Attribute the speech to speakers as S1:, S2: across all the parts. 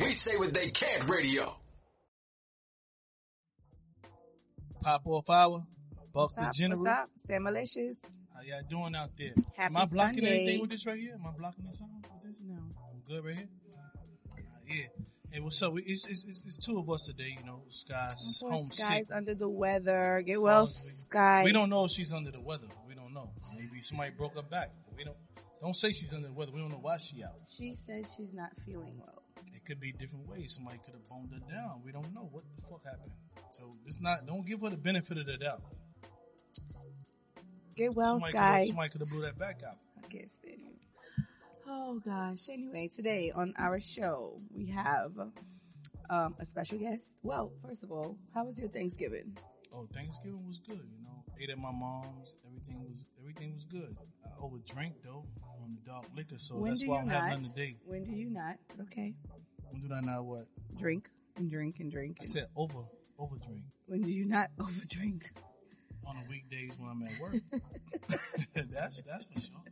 S1: We say what they can't radio.
S2: Pop off hour. Buff the
S3: What's up?
S2: general.
S3: What's
S2: How
S3: up? Sam Malicious?
S2: y'all doing out there?
S3: Happy
S2: Am I blocking
S3: Sunday.
S2: anything with this right here? Am I blocking this something with this?
S3: No.
S2: I'm good right here. Ah, yeah. Hey, what's up? We- It's, it's, it's, it's two of us today. You know, Sky's
S3: Poor
S2: homesick.
S3: Sky's under the weather. Get well, Sky.
S2: We don't know if she's under the weather. We don't know. Maybe somebody broke her back. We don't. Don't say she's under the weather. We don't know why she out.
S3: She said she's not feeling well.
S2: It could be different ways. Somebody could have boned her down. We don't know what the fuck happened. So it's not. Don't give her the benefit of the doubt.
S3: Get well,
S2: somebody
S3: Sky.
S2: Could, somebody could have blew that back out.
S3: I can't stand you. Oh gosh. Anyway, today on our show we have um, a special guest. Well, first of all, how was your Thanksgiving?
S2: Oh, Thanksgiving was good. You know, ate at my mom's. Everything was everything was good. I overdrank though on the dark liquor, so
S3: when
S2: that's
S3: do
S2: why I
S3: you
S2: don't
S3: not?
S2: have nothing today.
S3: When do you not? But okay.
S2: When did I not what?
S3: Drink and drink and drink.
S2: I
S3: and-
S2: said over overdrink
S3: when do you not overdrink?
S2: on the weekdays when I'm at work. that's that's for sure.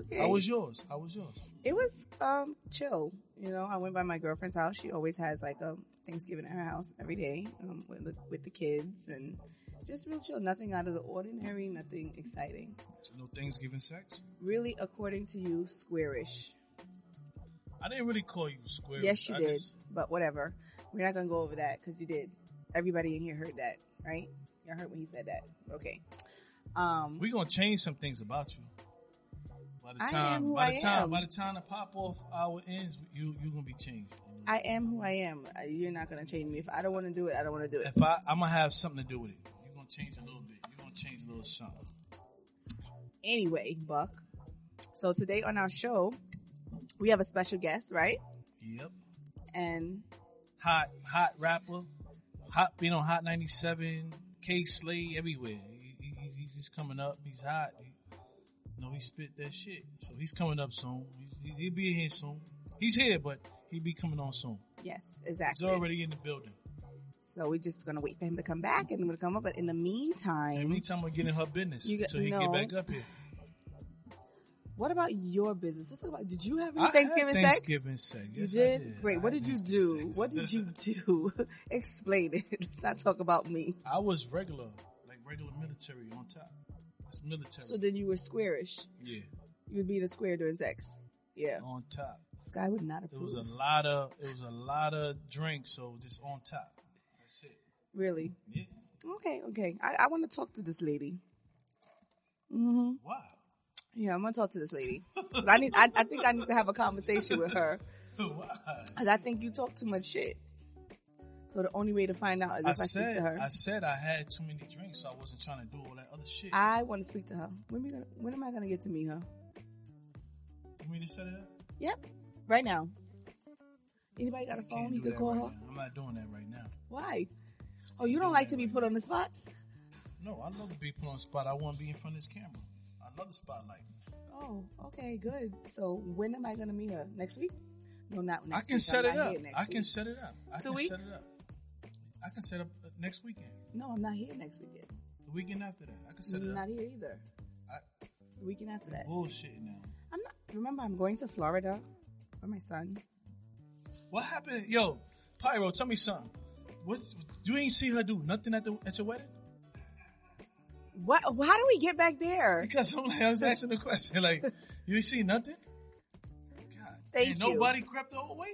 S3: Okay.
S2: How was yours? How was yours?
S3: It was um chill. You know, I went by my girlfriend's house. She always has like a Thanksgiving at her house every day um, with, the, with the kids and just real chill. Nothing out of the ordinary. Nothing exciting.
S2: No Thanksgiving sex.
S3: Really, according to you, squarish.
S2: I didn't really call you square.
S3: Yes, you
S2: I
S3: did.
S2: just-
S3: But whatever. We're not gonna go over that because you did. Everybody in here heard that, right? Y'all heard when he said that. Okay. Um.
S2: We're gonna change some things about you. By the
S3: I am
S2: time,
S3: who
S2: by
S3: I
S2: the time,
S3: am.
S2: by the time the pop off hour ends, you you gonna be changed.
S3: I am who I am. Uh, You're not gonna change me. If I don't want to do it, I don't want to do it.
S2: If I, I'm gonna have something to do with it. You're gonna change a little bit. You're gonna change a little something.
S3: Anyway, Buck. So today on our show, we have a special guest, right?
S2: Yep.
S3: and
S2: Hot, hot rapper. Hot, you know, Hot 97, K Slade, everywhere. He, he, he's- he's just coming up. He's hot. He, you know, he spit that shit. So he's coming up soon. He, he, will be here soon. He's here, but he'll be coming on soon.
S3: yes,
S2: He's
S3: exactly.
S2: already in the building.
S3: so we're just gonna wait for him to come back, and we're gonna come up. But in the
S2: And
S3: meantime,
S2: meantime, we're getting her business
S3: You got-
S2: until he
S3: no.
S2: get back up here.
S3: what about your business? Let's talk about. Did you have
S2: I
S3: any
S2: had
S3: Thanksgiving sex?
S2: Thanksgiving sex.
S3: You
S2: Yes, I
S3: did? Great.
S2: I
S3: What
S2: had
S3: did you
S2: Thanksgiving
S3: do?
S2: sex.
S3: What did you do? Explain it. Let's not talk about me.
S2: I was regular, like regular military on top. It's military.
S3: So then you were squarish.
S2: yeah,
S3: You would be in a square during sex. Yeah.
S2: on top.
S3: Sky would not
S2: It was
S3: approve.
S2: a lot of it was a lot of drinks, so just on top. That's it.
S3: really.
S2: Yeah.
S3: Okay. Okay. I, I want to talk to this lady.
S2: Wow.
S3: Yeah, I'm gonna talk to this lady. 'Cause I need. I, I think I need to have a conversation with her.
S2: Wow.
S3: Cause I think you talk too much shit. So the only way to find out is if I,
S2: I
S3: speak
S2: said
S3: to her.
S2: I said I had too many drinks, so I wasn't trying to do all that other shit.
S3: I, want to speak to her. When we gonna, when am I gonna get to meet her?
S2: you mean to set it up?
S3: Yep, right now. Anybody got a
S2: Can't
S3: phone? You
S2: do
S3: could
S2: that
S3: call
S2: right
S3: her.
S2: now. I'm not doing that right now.
S3: Why? Oh, you don't like to be put on the spot.
S2: No, I love to be put on the spot. I want to be in front of this camera. I love the spotlight.
S3: Oh, okay, good. So when am I gonna meet her? Next week? No, not
S2: I
S3: next
S2: can
S3: week.
S2: set
S3: I'm
S2: it
S3: not
S2: up.
S3: here next
S2: I can
S3: week.
S2: set it up. I
S3: Two
S2: can
S3: weeks?
S2: set it up. I can set up uh, next weekend.
S3: No, I'm not here next weekend.
S2: The weekend after that, I can set
S3: I'm
S2: it
S3: not
S2: up.
S3: here either.
S2: I,
S3: The weekend after that.
S2: bullshit now.
S3: I'm not. Remember, I'm going to Florida for my son.
S2: What happened, yo? Pyro, tell me something. What's you ain't see her do nothing at the at your wedding?
S3: What? How do we get back there?
S2: Because I'm like, I was asking the question. Like, you ain't see nothing? God,
S3: Thank
S2: ain't
S3: you.
S2: Nobody crept the whole way.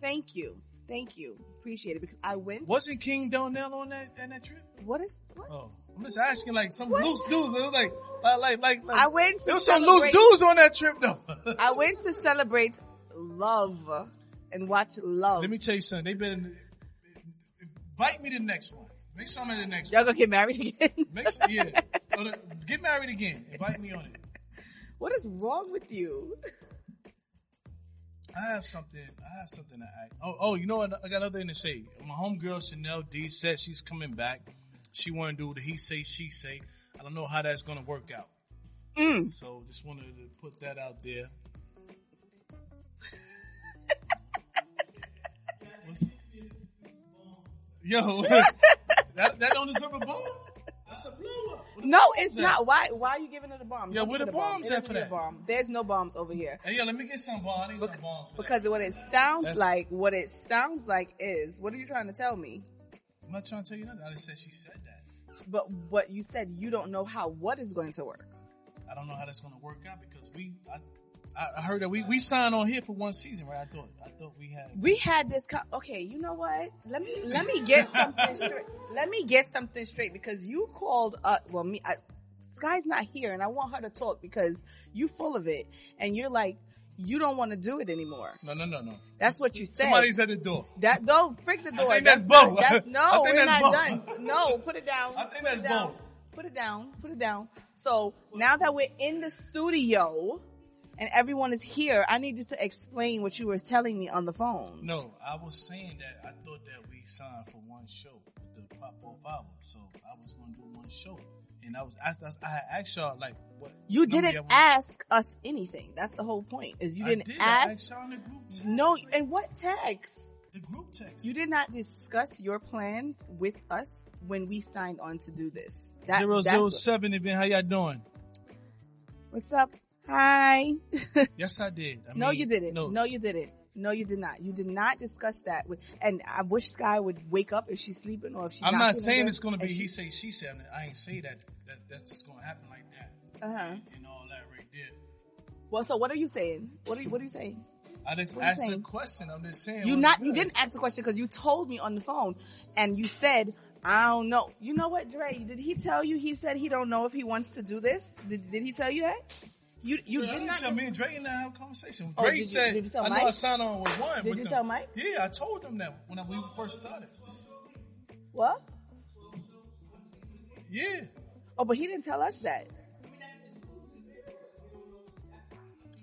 S3: Thank you. Thank you. Appreciate it because I went.
S2: Wasn't King Donnell on that on that trip?
S3: What is what?
S2: Oh, I'm just asking. Like some loose dudes. It was like, like, like, like. like-
S3: I went to
S2: There was some loose
S3: celebrate-
S2: dudes on that trip though.
S3: I went to celebrate love and watch love.
S2: Let me tell you something. They better invite me to the next one. Make sure I'm at the next one.
S3: Y'all gonna get married again?
S2: Make sure, yeah. Or the- Get married again. Invite me on it.
S3: What is wrong with you?
S2: I have something. I have something to add. Oh, oh, you know what? I got another thing to say. My homegirl Chanel D said she's coming back. She want to do the he say she say. I don't know how that's gonna work out.
S3: Mm.
S2: So just wanted to put that out there. What's- Yo, that, that don't deserve a bomb. That's a blow up.
S3: No, it's not. Why? Why are you giving her the bomb?
S2: Yeah,
S3: Don't
S2: where
S3: give
S2: the
S3: her
S2: bombs
S3: It
S2: at
S3: doesn't
S2: for
S3: need a
S2: that?
S3: Bomb. There's no bombs over here.
S2: Hey, yo, let me get some bombs. I need some bombs for that.
S3: Because what it sounds
S2: That's-
S3: like, what it sounds like is, what are you trying to tell me?
S2: I'm not trying to tell you nothing. I just said she said that.
S3: But what you said, you don't know how what is going to work.
S2: I don't know how that's going to work out because we, I, I- I heard that we, we signed on here for one season, right? I thought, I thought we had.
S3: We had this. Co- okay, you know what? Let me let me get something straight. Let me get something straight because you called. Uh, well, me. I, Sky's not here, and I want her to talk because you full of it, and you're like you don't want to do it anymore.
S2: No, no, no, no.
S3: That's what you said.
S2: Somebody's at the door.
S3: That no, frick the door.
S2: think that's
S3: not-
S2: Bo.
S3: That's no,
S2: I think
S3: we're
S2: that's
S3: not
S2: Bo.
S3: done. No, put it down.
S2: I think
S3: Put it
S2: that's
S3: down.
S2: Bo.
S3: Put it down. Put it down. So now that we're in the studio and everyone is here, I need you to explain what you were telling me on the phone.
S2: No, I was saying that I thought that we signed for one show, the Pop Off album. So I was going to do one show. And I was, I, I, I had asked y'all, like, what?
S3: You
S2: number y'all
S3: didn't
S2: want-
S3: ask us anything. That's the whole point. Is you
S2: I
S3: didn't
S2: did. I asked
S3: ask.
S2: y'all in the group text.
S3: No,
S2: like,
S3: and what text?
S2: the group text.
S3: You did not discuss your plans with us when we signed on to do this. That,
S2: Zero
S3: that's
S2: zero
S3: what-
S2: seven event. How y'all doing?
S3: What's up? Hi.
S2: Yes, I did. I
S3: no,
S2: mean,
S3: you didn't.
S2: No,
S3: No, you didn't. No, you did not. You did not discuss that with. And I wish Sky would wake up if she's sleeping or if she's.
S2: I'm not, saying it's
S3: going
S2: gonna be he say she said. I ain't say that. that that's just gonna happen like that
S3: Uh huh.
S2: and all that right there.
S3: Well, so what are you saying? What are you What are you saying?
S2: I just
S3: What you
S2: asked a
S3: saying?
S2: question. I'm just saying.
S3: You
S2: what's
S3: not.
S2: good.
S3: You didn't ask the question because you told me on the phone, and you said. I don't know. You know what, Dre? Did he tell you? He said he don't know if he wants to do this. Did, did he tell you that? You
S2: Yeah,
S3: you
S2: I
S3: did
S2: didn't
S3: not.
S2: tell
S3: dis-
S2: me and Drake and I have a conversation.
S3: Oh,
S2: Drake
S3: did you-
S2: said,
S3: did you tell
S2: "I know I
S3: Mike?
S2: signed on with one."
S3: Did
S2: with
S3: you
S2: them.
S3: tell Mike?
S2: Yeah, I told him that when we first started.
S3: what?
S2: Yeah,
S3: Oh, but he didn't tell us that.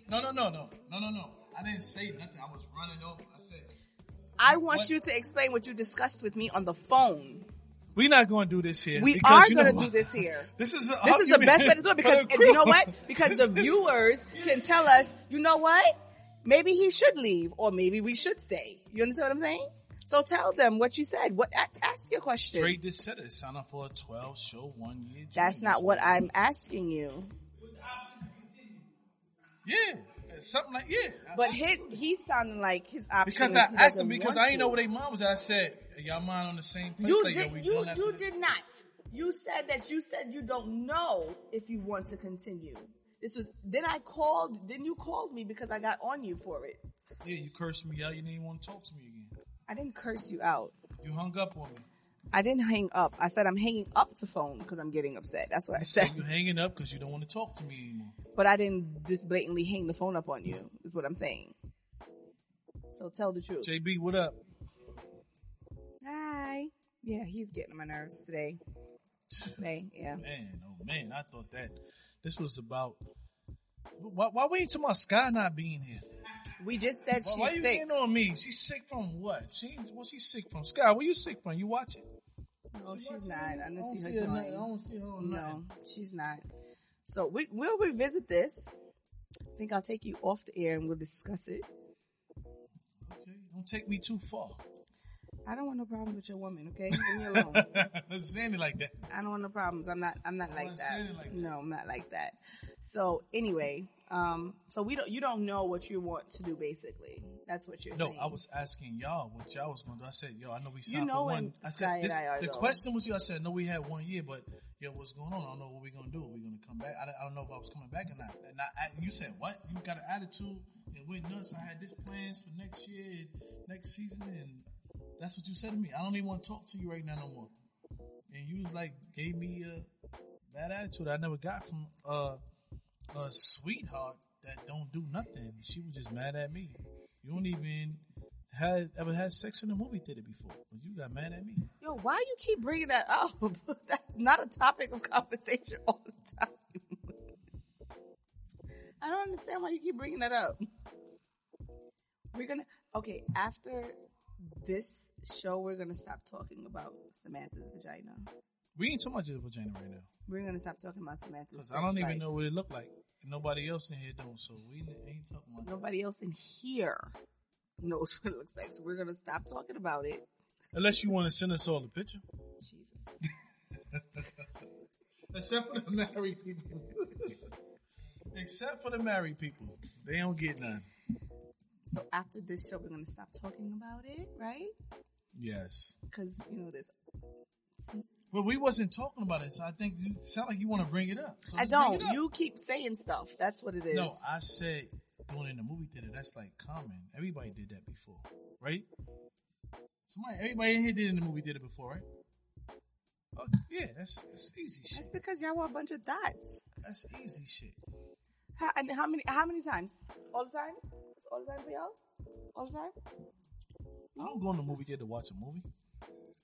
S2: no, no, no, no, no, no, no. I didn't say nothing. I was running off. I said,
S3: I want
S2: What?
S3: you to explain what you discussed with me on the phone.
S2: "We're not going to do this here.
S3: We
S2: because
S3: are
S2: you know
S3: going to
S2: what?
S3: do this here.
S2: This is a
S3: This is the
S2: argument
S3: best way to do it because
S2: for the
S3: and you know
S2: crew.
S3: what? Because
S2: This
S3: the
S2: is-
S3: viewers can tell us, you know what? Maybe he should leave or maybe we should stay. You understand what I'm saying? So tell them what you said. What a- ask your question.
S2: Drake just said it. Signed up for a 12 show one year.
S3: That's
S2: journey.
S3: not what I'm asking you.
S2: Yeah, something like yeah.
S3: But his he's sounding like his option
S2: because
S3: is
S2: I
S3: he
S2: asked
S3: doesn't
S2: him because
S3: want
S2: I didn't know
S3: to.
S2: where they mom was. At. I said, "Y'all mind on the same place?"
S3: You
S2: like, yo, we
S3: did you
S2: done after
S3: you
S2: that.
S3: did not. You said that you said you don't know if you want to continue. This was then I called then you called me because I got on you for it.
S2: Yeah, you cursed me out. You didn't even want to talk to me again.
S3: I didn't curse you out.
S2: You hung up on me.
S3: I didn't hang up. I said I'm hanging up the phone because I'm getting upset. That's what I said.
S2: You hanging up because you don't want to talk to me anymore.
S3: But I didn't just blatantly hang the phone up on you. Is what I'm saying. So tell the truth.
S2: JB, what up?
S3: Hi. Yeah, he's getting on my nerves today. Today, yeah.
S2: Man, oh man, I thought that this was about. Why, why we ain't talking about Sky not being here?
S3: We just said
S2: Why,
S3: she's
S2: why you
S3: sick.
S2: getting on me? She's sick from what? She ain't- what she sick from? Sky, what you sick from? You watch it?
S3: No,
S2: She
S3: she's
S2: watching
S3: not.
S2: it?
S3: I didn't
S2: don't
S3: see her
S2: her nothing. I
S3: join.
S2: don't see her on nothing.
S3: No, she's not. So we we'll revisit this. I think I'll take you off the air and we'll discuss it.
S2: Okay, don't take me too far.
S3: I don't want no problems with your woman. Okay, leave me alone.
S2: Sandy like that.
S3: I don't want no problems. I'm not. I'm not like
S2: wanna
S3: that.
S2: say Oh, it like that.
S3: No, I'm not like that. So anyway, um, so we don't. You don't know what you want to do. Basically, that's what you're
S2: No,
S3: saying.
S2: I was asking y'all what y'all was gonna do. I said, yo, I know we signed
S3: know
S2: for
S3: when
S2: one. I
S3: Sky
S2: said
S3: and I are
S2: the
S3: though.
S2: question was you. I said, no, we had one year, but yo, what's going on? I don't know what we're gonna do. We're gonna come back. I don't, I don't know if I was coming back or not. And I, I- you said what? You got an attitude and went nuts. I had this plans for next year, and next season, and that's what you said to me. I don't even want to talk to you right now no more. And you was like, gave me a bad attitude I never got from uh, a sweetheart that don't do nothing. She was just mad at me. You don't even had ever had sex in a movie theater before, but you got mad at me.
S3: Yo, why you keep bringing that up? that's not a topic of conversation all the time. I don't understand why you keep bringing that up. We're gonna, okay, after this show, we're gonna stop talking about Samantha's vagina.
S2: We ain't talking about your vagina right now.
S3: We're gonna stop talking about Samantha's.
S2: Cause I don't
S3: sex
S2: even
S3: life.
S2: know what it looked like. Nobody else in here don't, so we ain't- ain't talking about
S3: Nobody else in here knows what it looks like, so we're gonna stop talking about it.
S2: that. Unless you want to send us all the picture.
S3: Jesus.
S2: Except for the married people. Except for the married people. They don't get none.
S3: So after this show, we're gonna stop talking about it, right?
S2: Yes.
S3: Because you know this.
S2: Well, we wasn't talking about it, so I think you sound like you want to bring it up. So
S3: I
S2: just bring
S3: don't.
S2: it up.
S3: You keep saying stuff. That's what it is.
S2: No, I said doing it in the movie theater. That's like common. Everybody did that before, right? Somebody, everybody in here did it in the movie theater before, right? Oh yeah, that's that's easy
S3: That's
S2: shit.
S3: because y'all were a bunch of dots.
S2: That's easy shit.
S3: How, and how many? How many times? All the time? It's all the time for y'all? All the time?
S2: I don't go in the movie theater to watch a movie.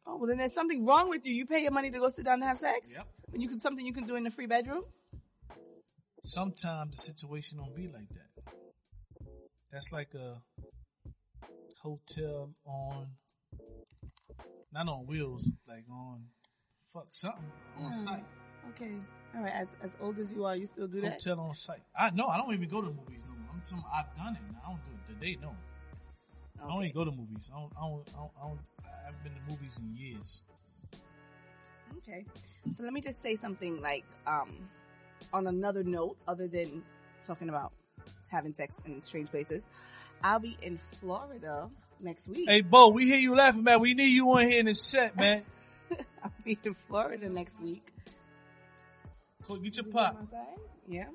S3: Oh well, then there's something wrong with you. You pay your money to go sit down and have sex.
S2: Yep.
S3: When you can something you can do in the free bedroom.
S2: Sometimes the situation don't be like that. That's like a hotel on, not on wheels, like on, fuck something on site.
S3: Okay. All right. As as old as you are, you still do that.
S2: Hotel on site. I no, I don't even go to movies no more. I'm telling you, I've done it. I don't do it. They know. I don't
S3: Okay.
S2: even go to movies. I don't. I don't. I, don't, I, don't, I haven't been to movies in years.
S3: Okay. So let me just say something like, um, on another note, other than talking about having sex in strange places, I'll be in Florida next week.
S2: Hey, Bo, we hear you laughing, man. We need you on here in the set, man.
S3: I'll be in Florida next week.
S2: Go get your pop.
S3: Outside? Yeah.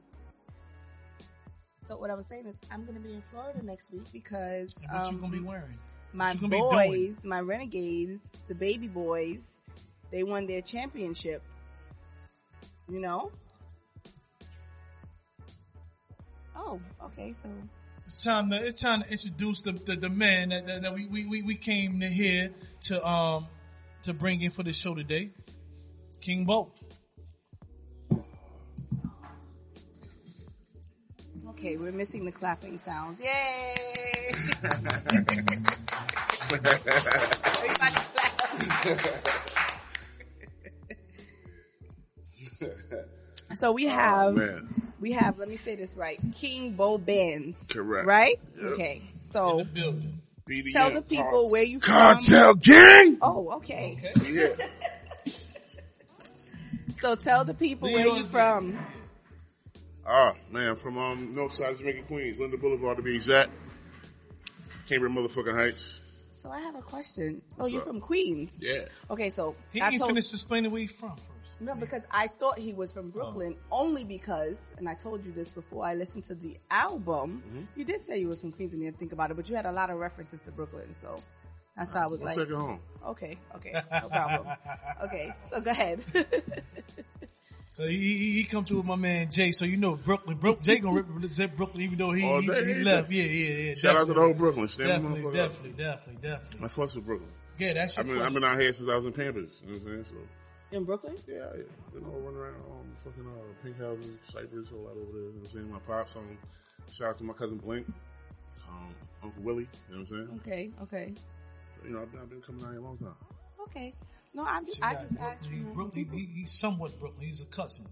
S3: So what I was saying is I'm gonna be in Florida next week because
S2: And what you gonna be
S3: um,
S2: wearing?
S3: my
S2: you gonna be doing?
S3: boys, my renegades, the baby boys, they won their championship. You know? Oh, okay, so
S2: It's time to it's time to introduce the the, the man that, that, that we, we we we came to here to um to bring in for the show today, King Bo.
S3: okay, we're missing the clapping sounds. Yay! Everybody clap. so we have
S4: Oh, Man,
S3: we have, let me say this right, King Bo Bands.
S4: Correct.
S3: Right?
S4: Yep.
S3: Okay. So
S2: Building.
S4: BDM.
S3: tell the people
S4: Cartel-
S3: where you from.
S4: Cartel Gang.
S3: Oh, okay.
S4: Yeah,
S3: So tell the people
S2: Leave
S3: where you
S2: us
S3: from.
S4: oh man, from um Northside Jamaica Queens, Linda Boulevard to be exact. Cambridge motherfucking Heights.
S3: So I have a question. Oh,
S4: What's
S3: you're
S4: up?
S3: from Queens.
S4: Yeah,
S3: Okay, so
S2: He
S3: I
S2: ain't
S3: told
S2: finished explaining where he from first.
S3: no because I thought he was from Brooklyn only because, and I told you this before. I listened to the album. You did say you was from Queens and didn't think about it, but you had a lot of references to Brooklyn, so that's how I was
S4: one
S3: like,
S4: second home.
S3: okay, okay, no problem. okay, so go ahead.
S2: Uh, he, he, he come through with my man Jay, so you know Brooklyn. Bro- Jay gonna represent Brooklyn, even though he,
S4: All
S2: he,
S4: day,
S2: he
S4: ain't
S2: left.
S4: it?
S2: Yeah, yeah, yeah.
S4: Shout out to the whole Brooklyn. Stand the
S2: Definitely,
S4: motherfucker. up.
S2: definitely, definitely, definitely.
S4: I fucks with Brooklyn.
S2: Yeah, that's
S4: I
S2: your
S4: mean, I've
S2: question.
S4: been out here since I was in Pampers. You know what I'm saying? So
S3: In Brooklyn,
S4: yeah, yeah. Been all running around, um, fucking uh, pink houses, Cypress, all that over there. You know what I'm saying? My pops. Um, shout out to my cousin Blink, um, Uncle Willie. You know what I'm saying?
S3: okay, okay,
S4: You know, I've been, I've been coming out here a long time.
S3: okay. No, I'm just,
S2: She
S3: I
S2: got
S3: just
S2: Brooklyn.
S3: asked.
S2: He
S3: you.
S2: Brooklyn, he, he's somewhat Brooklyn. He's a cousin.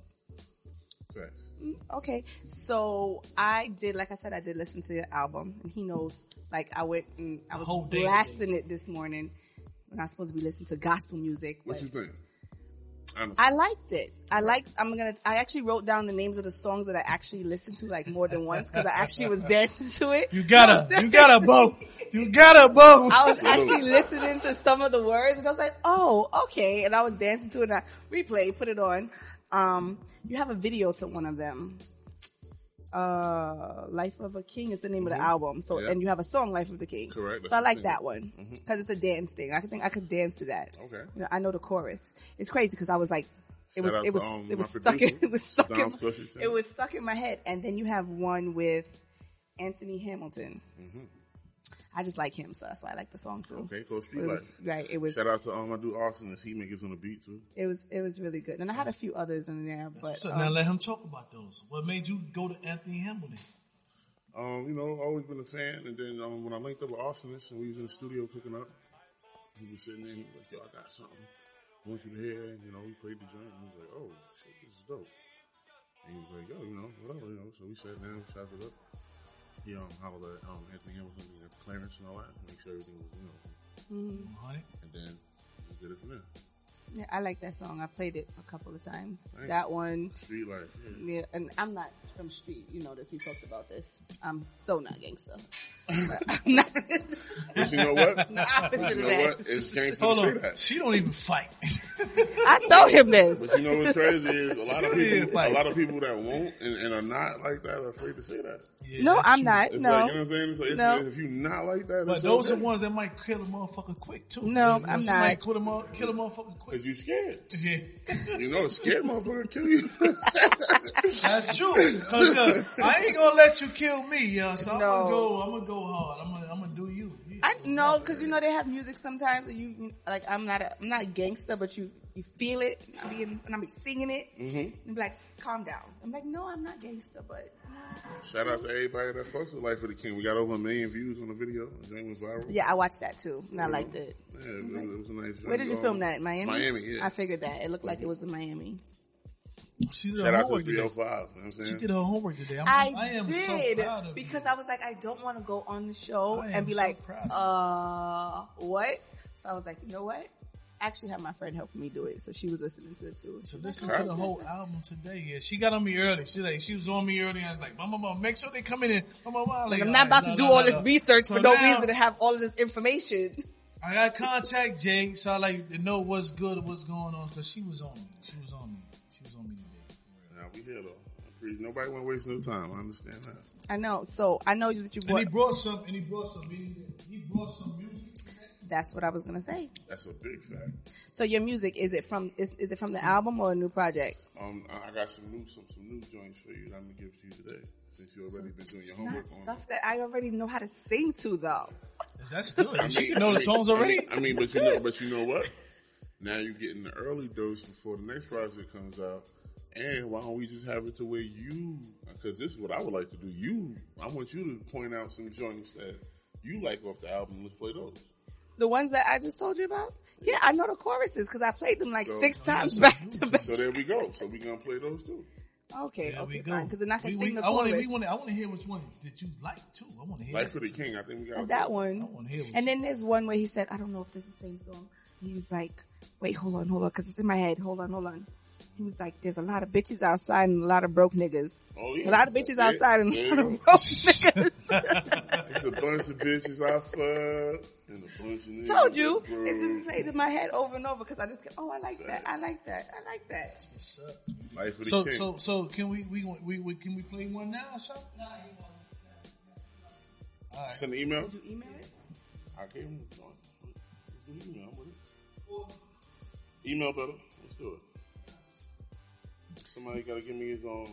S4: Facts.
S3: Okay, so I did, like I said, I did listen to the album, and he knows. Like I went and I was
S2: whole day.
S3: blasting it this morning. We're not supposed to be listening to gospel music.
S4: What
S3: but
S4: you think? I'm-
S3: I liked it. I liked. I'm gonna. I actually wrote down the names of the songs that I actually listened to like more than once because I actually was dancing to it.
S2: You gotta, you gotta, Bo. You gotta, Bo.
S3: I was actually listening to some of the words and I was like, oh, okay. And I was dancing to it and I replay, put it on. Um, you have a video to one of them. Uh, Life of a King is the name of the album. So,
S4: Mm-hmm. Yeah.
S3: and you have a song, Life of the King.
S4: Correct.
S3: So I
S4: That's
S3: like
S4: the Mm-hmm.
S3: that one because it's a dance thing. I could think I could dance to that.
S4: Okay.
S3: You know, I know the chorus. It's crazy because I was like, it
S4: Shout
S3: was,
S4: out
S3: it
S4: to,
S3: was,
S4: um,
S3: it was
S4: my
S3: stuck in,
S4: producer,
S3: it was stuck in,
S4: Don's Cushy Center.
S3: it was stuck in my head. And then you have one with Anthony Hamilton. I just like him, so that's why I like the song too.
S4: Mm-hmm. Okay, cool.
S3: It
S4: Streetlight.
S3: was, right, it was
S4: Shout out to um, my dude Austin, the he makers on the beat too.
S3: it was it was really good, and I had a few others in there, but
S2: So
S3: um,
S2: now let him talk about those. What made you go to Anthony Hamilton?
S4: Um, you know, always been a fan. And then um, when I linked up with Austin, and we was in the studio cooking up, he was sitting there. He was like, "Yo, I got something. I want you to hear." And, you know, we played the joint. And he was like, "Oh, shit, this is dope." And he was like, "Yo, you know, whatever, you know." So we sat down, chopped it up. He um, hollered at um, Anthony Hamilton, you know, Clarence and all that, make sure everything was, you know.
S2: Honey?
S4: And then we did it from there.
S3: yeah, I like that song. I played it a couple of times.
S4: Thanks.
S3: That one,
S4: Street life. Yeah.
S3: yeah, and I'm not from street. You know this. We talked about this. I'm so not gangster.
S4: But you know what?
S3: Opposite
S4: You
S3: of
S4: know what?
S3: that.
S4: It's gangster to
S2: Hold
S4: say
S2: on.
S4: that.
S2: She don't even fight.
S3: I told him this.
S4: But you know what's crazy is a lot of
S2: Serious,
S4: people, a
S2: like-
S4: lot of people that won't and, and are not like that are afraid to say that.
S3: No, I'm not.
S4: It's
S3: No,
S4: like you know what I'm saying. So it's,
S3: No.
S4: if you not like that,
S2: But
S4: it's
S2: those
S4: okay.
S2: are ones that might kill a motherfucker quick too.
S3: No,
S2: You know,
S3: I'm
S2: she
S3: not.
S2: Might kill a, mo- kill a motherfucker quick.
S4: Cause you scared.
S2: Yeah.
S4: You know, a scared motherfucker kill you.
S2: That's true. Cause uh, I ain't gonna let you kill me, yo. So I'm
S3: No.
S2: gonna go. I'm gonna go hard. I'm gonna. I'm gonna do you. Yeah.
S3: I know because you know they have music sometimes. And you you- like I'm not a, I'm not a gangster, but you you feel it. And I be in, and I be singing it. Mm-hmm. And be like, calm down. I'm like, no, I'm not gangster, but
S4: Shout out to everybody that fucks with Life of the King. We got over a million views on the video. The joint was viral.
S3: yeah, I watched that too, and I liked it.
S4: Yeah, it was, it was a nice. joint.
S3: Where did you
S4: Um,
S3: film that? In Miami.
S4: Miami. Yeah.
S3: I figured that it looked like it was in Miami.
S2: She did
S4: Shout
S2: her
S4: out to
S2: homework today.
S4: 305. You know what I'm
S2: She
S4: saying?
S2: did her homework today. I'm,
S3: I,
S2: am
S3: did
S2: so proud of
S3: because
S2: you.
S3: I was like, I don't want to go on the show
S2: I am
S3: and be
S2: so
S3: like,
S2: proud
S3: uh, what? So I was like, you know what? I actually had my friend helping me do it, so she was listening to it too. She
S2: to
S3: was like,
S2: listen
S3: "Oh,
S2: to the whole album today. Yeah, she got on me early. She like she was on me early. I was like, "Mama, mama, make sure they come in." And, mama, mama. Like,
S3: I'm
S2: all
S3: not
S2: right,
S3: about
S2: nah,
S3: to do
S2: nah,
S3: all
S2: nah,
S3: this
S2: nah.
S3: research
S2: So
S3: for no
S2: now,
S3: reason to have all of this information.
S2: I got contact Jay, so I like to know what's good, what's going on, because she was on me. She was on me. She was on me today.
S4: Now we here though. I appreciate- Nobody want to waste no time. I understand that.
S3: I know. So I know that you
S2: And
S3: brought.
S2: he brought some. And he brought some. He, he brought some music.
S3: That's what I was gonna say.
S4: That's a big fact.
S3: So your music is it from is, is it from the album or a new project?
S4: Um, I I got some new, some, some new joints for you. that I'm gonna give to you today since you already been doing your
S3: It's
S2: Oh
S4: homework
S3: not
S4: on.
S3: stuff that I already know how to sing to though.
S2: That's good.
S4: I
S2: she
S4: mean-
S2: can know
S4: I
S2: the
S4: mean-
S2: songs
S4: I mean-
S2: already.
S4: I mean, but you know, but you know what? Now you're getting the early dose before the next project comes out. And why don't we just have it to where you? Because this is what I would like to do. You, I want you to point out some joints that you like off the album. Let's play those.
S3: The ones that I just told you about. Yeah, I know the choruses because I played them like
S4: So-
S3: six times back to back.
S4: So there we go. So we gonna play those too.
S3: Okay,
S2: There we
S3: okay,
S2: go.
S3: fine. Because then I can
S2: We-
S3: sing
S2: we-
S3: the
S2: I wanna- we
S3: chorus.
S2: wanna- I want to hear which one that you like too. I want to hear
S4: Life
S2: that.
S4: of the King. I think we got
S3: that
S2: I
S3: one.
S2: wanna hear
S3: And then there's one where he said, I don't know if this is the same song. He was like, wait, hold on, hold on, cause it's in my head. Hold on, hold on. He was like, there's a lot of bitches outside and a lot of broke niggas.
S4: Oh, yeah.
S3: A lot of bitches
S4: Yeah,
S3: outside and
S4: yeah.
S3: a lot of broke niggas.
S4: It's a bunch of bitches I fuck and a bunch of niggas.
S3: Told you.
S4: that's broke.
S3: It just played in my head over and over cause I just, kept, oh, I like that. I like that. I like that.
S4: Life of the
S2: So
S4: King.
S2: so so can we we we, we can we play one now or something?
S4: Send an email.
S3: Did you email it?
S4: I gave him the joint. Let's do email. I'm with it. Email better. Let's do it. Somebody gotta give me his own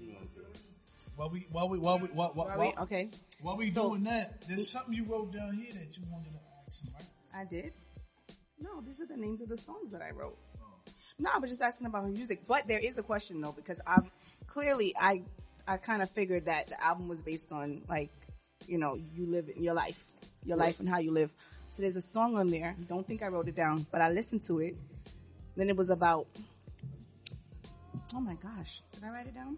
S4: email address.
S2: While we while we while we while, while,
S3: Are
S2: while,
S3: we? Okay.
S2: while we
S3: So-
S2: doing that, there's something you wrote down here that you wanted to ask, him, right?
S3: I did. No, these are the names of the songs that I wrote. No, I was just asking about her music. But there is a question though, because I'm clearly I I kind of figured that the album was based on like you know you live in your life, your life and how you live. So there's a song on there. Don't think I wrote it down, but I listened to it. Then it was about. Oh my gosh, did I write it down?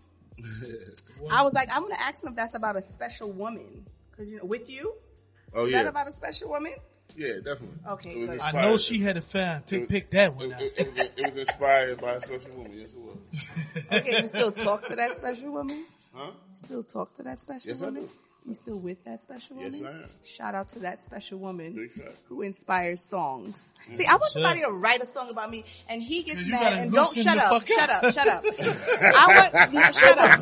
S3: I was like, I'm gonna ask him if that's about a special woman, because you know, with you,
S4: Oh
S3: is
S4: yeah,
S3: that about a special woman?
S4: yeah, definitely.
S3: Okay,
S4: It was
S3: so- I
S2: I
S4: inspired-
S2: know she had a fan. Pick
S4: was-
S2: pick that
S4: It,
S2: one out.
S4: it- it was, it was inspired by a special woman. Yes, it was.
S3: Okay, you still talk to that special woman?
S4: Huh?
S3: Still talk to that special
S4: Yes, I
S3: woman?
S4: do.
S3: You still with that special
S4: Yes,
S3: woman?
S4: I am.
S3: Shout out to that special woman
S4: Big fact.
S3: who inspires songs. See, I want
S2: Sure.
S3: somebody to write a song about me and he gets
S2: You
S3: mad
S2: gotta
S3: and don't
S2: loosen
S3: shut
S2: the
S3: up,
S2: fuck
S3: shut
S2: up.
S3: up, shut up. I want, you shut up.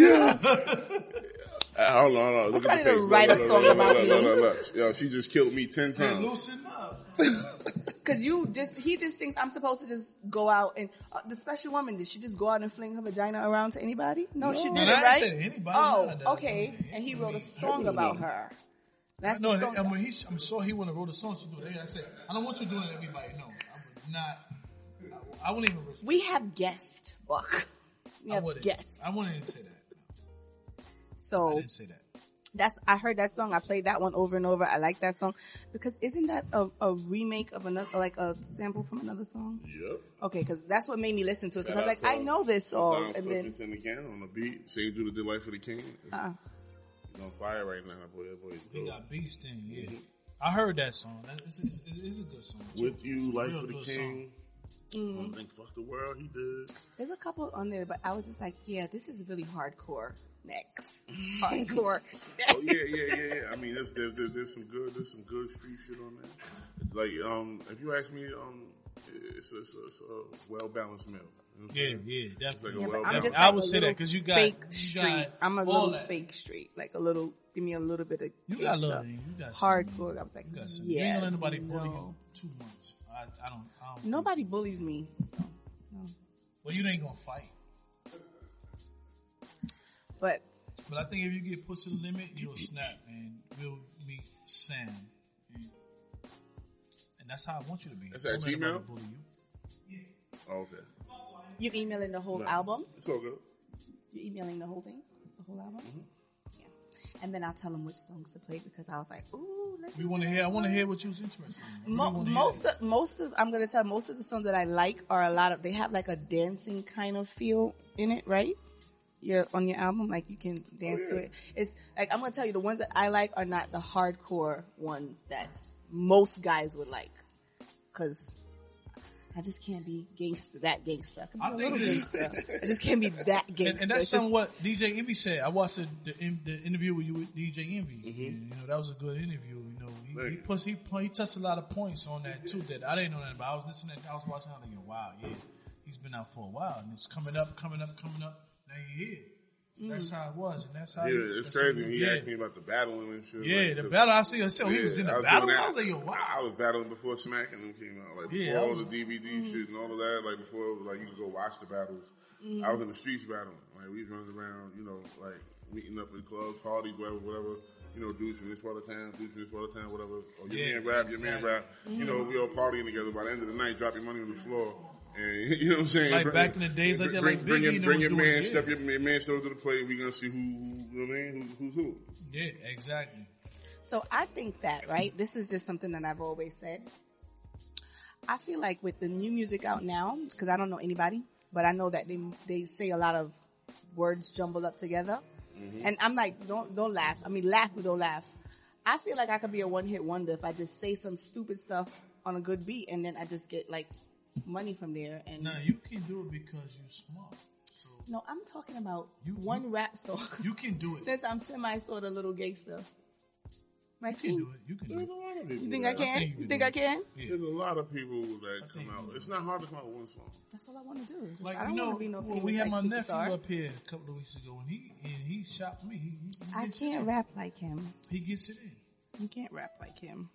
S4: Uh, hold on, hold on. Look
S3: Somebody
S4: at the
S3: to
S4: face.
S3: write a
S4: Look,
S3: song
S4: look, look,
S3: about
S4: look,
S3: me.
S4: look, look, look. Yo, she just killed me ten
S2: Man,
S4: times.
S2: loosen up.
S3: Cause you just, he just thinks I'm supposed to just go out and, uh, the special woman, did she just go out and fling her vagina around to anybody? No, she
S2: No,
S3: didn't,
S2: I ain't
S3: right?
S2: said anybody,
S3: oh,
S2: none of that.
S3: okay. And he wrote a song about her. That's
S2: No,
S3: the song.
S2: and when he, I'm sure he wouldn't have wrote a song to do it. I said, I don't want you doing it to everybody. No, I would not. I, I wouldn't even risk it.
S3: we have guests, Buck. We
S2: I
S3: have
S2: wouldn't.
S3: guests.
S2: I wouldn't even say that. I
S3: So
S2: didn't say that.
S3: that's, I heard that song. I played that one over and over. I like that song because isn't that a, a remake of another, like a sample from another song?
S4: Yep.
S3: Okay. Cause that's what made me listen to it. Cause I
S4: Shout
S3: was like,
S4: out
S3: I
S2: um,
S4: to
S3: know this song.
S4: Don
S3: And then,
S4: Fluffington again on the beat. Same dude that did Life of the King. Uh-uh. He's on fire right now. That boy, that boy is
S2: He
S4: dope.
S2: got beef thing,
S4: Mm-hmm.
S2: yeah. I heard that song. That- It's, it's, it's, it's a good song.
S4: With you, Life
S2: Real
S4: of the
S2: good
S4: King. I
S3: Mm-hmm.
S4: don't think fuck the world. He did.
S3: There's a couple on there, but I was just like, yeah, this is really hardcore. Next. Hardcore.
S4: Oh yeah, yeah, yeah, yeah. I mean, there's there's, there's there's some good there's some good street shit on there. It's like um, if you ask me, um, it's it's, it's a well balanced meal. You know what I'm
S2: Yeah,
S4: saying?
S2: yeah, definitely.
S4: Yeah,
S3: but
S4: Well,
S3: I'm just
S2: I
S3: like
S2: would
S3: a
S2: say that
S3: little
S2: 'cause you got-
S3: fake
S2: you got
S3: street. I'm a
S2: all
S3: little
S2: that.
S3: fake street. Like a little, give me a little bit of
S2: You
S3: gay
S2: got a little
S3: stuff.
S2: thing. You got some.
S3: hardcore. I was like,
S2: You got some. You ain't
S3: yeah,
S2: gonna let nobody bully
S3: no.
S2: you too much. I, I don't. I don't
S3: Nobody bullies me. so, no.
S2: Well, you ain't gonna fight.
S3: But
S2: But I think if you get pushed to the limit, you'll snap, and we'll meet Sam. And that's how I want you to be.
S4: That's at
S2: Don't let nobody
S4: Gmail?
S2: bully you.
S4: Oh, okay,
S3: you emailing the whole
S4: No.
S3: album?
S4: It's all good.
S3: You emailing the whole thing? The whole album? Yeah. And then I'll tell them which songs to play because I was like, ooh, let's
S2: We want to hear. I want to hear what you was interested in. We
S3: Mo-
S2: wanna hear
S3: most
S2: that.
S3: of, most of I'm gonna tell you, most of the songs that I like are a lot of they have like a dancing kind of feel in it, right? Your on your album, like you can
S2: Oh,
S3: dance to it. It's like I'm gonna tell you the ones that I like are not the hardcore ones that most guys would like, because I just can't be gangster that gangster. I, can be
S2: I
S3: a
S2: think
S3: little
S2: this-
S3: gangster. I just can't be that gangster.
S2: and, and that's
S3: It's just-
S2: somewhat DJ Envy said. I watched the the, in- the interview with you with DJ Envy.
S4: Mm-hmm.
S2: And, you know, that was a good interview. You know, he,
S4: Thank
S2: he
S4: you.
S2: pushed, he pl- he touched a lot of points on that too that I didn't know nothing about. I was listening, I was watching, I was thinking, wow, yeah, he's been out for a while and it's coming up, coming up, coming up. Now you're here. That's how it was, and that's how.
S4: Mm. Yeah,
S2: you-
S4: it's
S2: that's how
S4: crazy.
S2: you-
S4: When he asked me about the battling and shit.
S2: Yeah,
S4: like,
S2: the
S4: 'cause-
S2: battle I see himself. Oh, he
S4: yeah,
S2: was in the
S4: doing
S2: battle.
S4: that.
S2: I was like, yo, wow.
S4: I was battling before Smack and them came out. Like before
S2: Yeah, I
S4: all
S2: was- Mm-hmm.
S4: the DVD shit and all of that. Like before, it was like you could go watch the battles. I was in the streets battling. Like we was running around, you know, like meeting up in clubs, parties, whatever, whatever. You know, dudes from this part of town, dudes from this part of town, whatever. Or your
S2: Yeah,
S4: man rap, your man
S2: exactly.
S4: rap. You know, we all partying together. By the end of the night, drop your money on the floor. And you know what I'm saying?
S2: Like
S4: Bring-
S2: back in the days like that,
S4: bring,
S2: like
S4: bring your,
S2: Biggie, you know,
S4: bring
S2: was
S4: your
S2: doing
S4: man,
S2: it.
S4: step your man- man shoulder to the plate. We gonna see who, who you know what I mean? Who's, who's who.
S2: Yeah, exactly.
S3: So I think that, right? This is just something that I've always said. I feel like with the new music out now, because I don't know anybody, but I know that they they say a lot of words jumbled up together, and I'm like, don't don't laugh. I mean, laugh but don't laugh. I feel like I could be a one hit wonder if I just say some stupid stuff on a good beat, and then I just get like money from there. And
S2: Now you can do it because you smart. So
S3: no, I'm talking about
S2: You-
S3: one
S2: you-
S3: rap song.
S2: you can do it.
S3: Since I'm semi sort of little gangster, my
S2: You can
S3: king.
S2: do it. You can do it.
S3: You think I can?
S2: think you can
S3: you think
S2: do
S3: I
S2: it.
S3: can?
S4: There's a lot of people that
S2: think
S4: come out.
S2: you-
S4: It's not hard to come out with one song.
S3: That's all I want to do. Just-
S2: Like
S3: I don't
S2: you know,
S3: want to be no
S2: well,
S3: famous
S2: we had my
S3: like, superstar.
S2: nephew up here a couple of weeks ago, and he and he shot me. He, he, he
S3: I
S2: gets
S3: can't
S2: It.
S3: rap like him.
S2: He gets it in.
S3: You can't rap like him.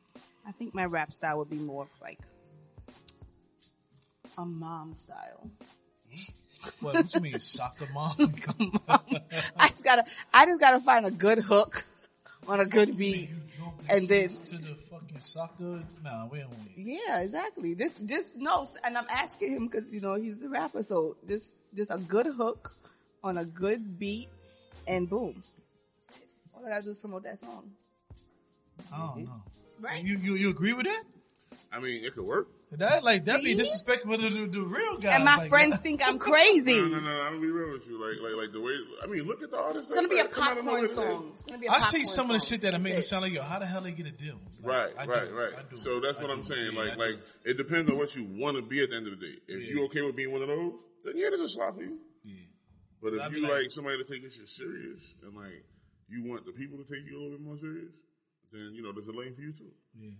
S3: I think my rap style would be more of like a mom style.
S2: What, what you mean, soccer mom?
S3: I just gotta, I just gotta find a good hook on a good beat,
S2: you drove the
S3: and then
S2: kids to the fucking soccer. Nah, we don't. want it.
S3: yeah, exactly. Just, just no. And I'm asking him because you know he's a rapper, so just, just a good hook on a good beat, and boom. All I gotta do is promote that song,
S2: I
S3: Mm-hmm.
S2: don't know.
S3: right?
S2: You you you agree with that?
S4: I mean, it could work.
S2: That like that be
S3: See?
S2: disrespectful to the, the real guy.
S3: and my
S2: like,
S3: friends think I'm crazy.
S4: No, no, no. I'm gonna be real with you. Like, like, like the way. I mean, look at the artists.
S3: It's gonna be a
S4: that come out of nowhere
S3: popcorn
S4: today.
S3: song. It's gonna be a
S2: I
S3: popcorn
S2: see some of the
S3: song.
S2: shit that I make it
S3: That's
S2: sound like yo. How the hell they get a deal? Like,
S4: Right,
S2: I do,
S4: right, right.
S2: I do,
S4: So that's
S2: I
S4: what
S2: do.
S4: I'm saying.
S2: Yeah, I
S4: Like,
S2: do.
S4: like it depends on what you want to be at the end of the day. If
S2: Yeah.
S4: you okay with being one of those, then yeah, there's a slot for you.
S2: Yeah.
S4: But
S2: So I'd
S4: if
S2: be
S4: you
S2: like-
S4: like somebody to take this shit serious and like you want the people to take you a little bit more serious, then you know there's a lane for you too.
S2: Yeah.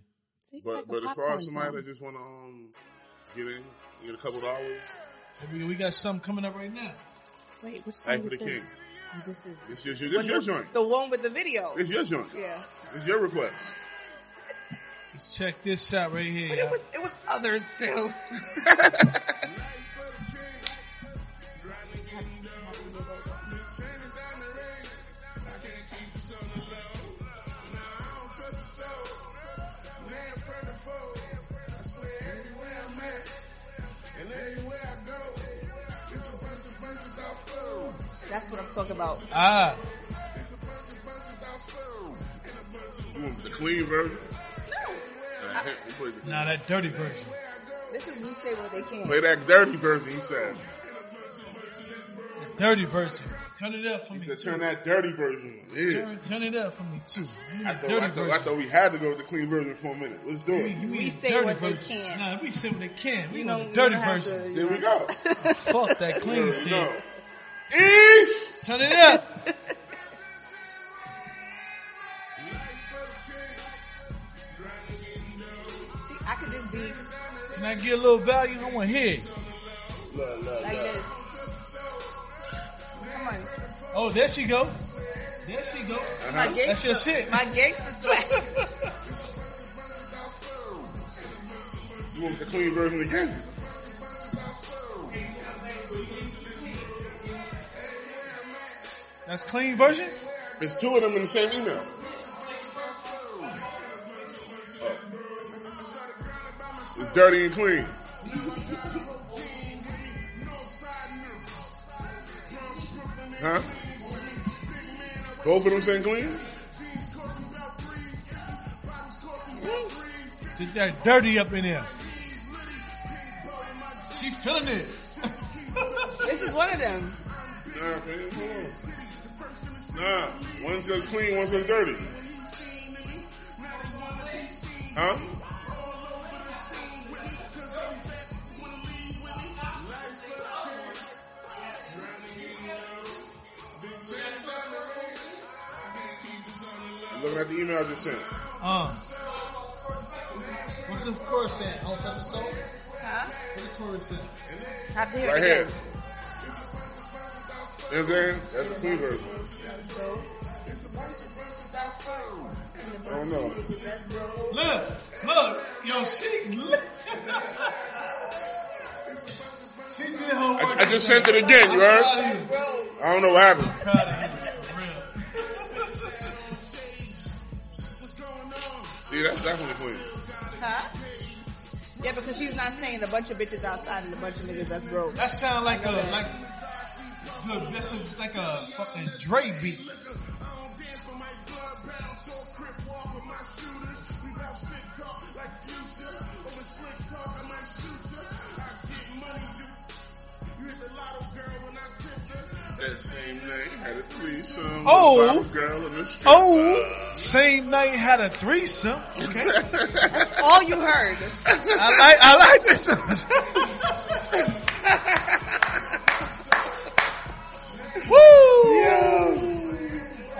S3: It's like
S4: But
S3: a
S4: but as far
S3: popcorn
S4: as somebody that
S3: song.
S4: just want to um get in, get a couple dollars,
S2: We, we got something coming up right now.
S3: Wait, which song
S4: Act for
S3: is
S4: the
S3: this?
S4: King.
S3: Oh, this is
S4: This is your, this your joint.
S3: the one with the video.
S4: It's your joint.
S3: Yeah.
S4: It's your request.
S2: Let's check this out right here.
S3: But it
S2: y'all.
S3: was it was others too. That's what I'm talking about.
S2: Ah,
S4: You want the clean version? Uh, hey, we play, the-
S2: now that dirty version.
S3: This is me say what they can.
S4: play that dirty version, he said.
S2: The dirty version. Turn it up for
S4: He
S2: me.
S4: said, turn that dirty version. on." Yeah.
S2: Turn, turn it up for me too. I need
S4: I
S2: the
S4: thought,
S2: dirty
S4: I, thought, I
S2: version.
S4: thought we had to go with the clean version for a minute. Let's do
S2: You
S4: it.
S2: mean
S3: We
S2: the
S3: say
S2: dirty
S3: what they
S2: version.
S3: can.
S2: Nah, we say what they can. We
S3: You
S2: know
S3: know,
S2: the dirty
S3: you don't have
S2: version.
S3: to-
S4: There we go.
S2: Fuck that
S4: There
S2: clean
S4: we
S2: shit.
S4: go. East!
S2: Turn it up.
S3: See, I could just be
S2: Can I get a little value? I want to hear. it.
S4: Look, look,
S3: like
S4: look.
S3: this. Come on.
S4: Uh-huh.
S2: Oh, there she go. There she go.
S3: My gangster,
S2: That's your shit.
S3: My gangster swag.
S4: You want the clean version again?
S2: That's clean version.
S4: There's two of them in the same email. It's dirty and clean. Huh? Both of them saying clean?
S2: Get that dirty up in there. She feeling it.
S3: this is one of them.
S4: Nah, man, come on. Nah, one says clean, one says dirty. Huh? I'm looking at the email I just sent.
S2: Uh. What's the chorus saying? Oh, touch the soul.
S3: Huh?
S2: What's the chorus saying?
S3: Have to hear it
S4: Right here.
S3: again.
S4: You know what I'm saying? That's the clean version. I don't know.
S2: Look, look, yo, she lit. she did her work.
S4: I, I just sent it again, you heard?
S2: Proud of you.
S4: I don't know what happened.
S2: Proud of you. for real.
S4: See, that's definitely clean.
S3: Huh? Yeah, because he's not saying a bunch of bitches outside and a bunch of niggas that's broke.
S2: That sound like a like look, that's a, like a fucking Dre beat.
S4: That same night, had a threesome. with
S2: Oh.
S4: a bottle girl in the strip
S2: Oh, same night had a threesome. Okay,
S3: All you heard.
S2: I like I like this. Woo!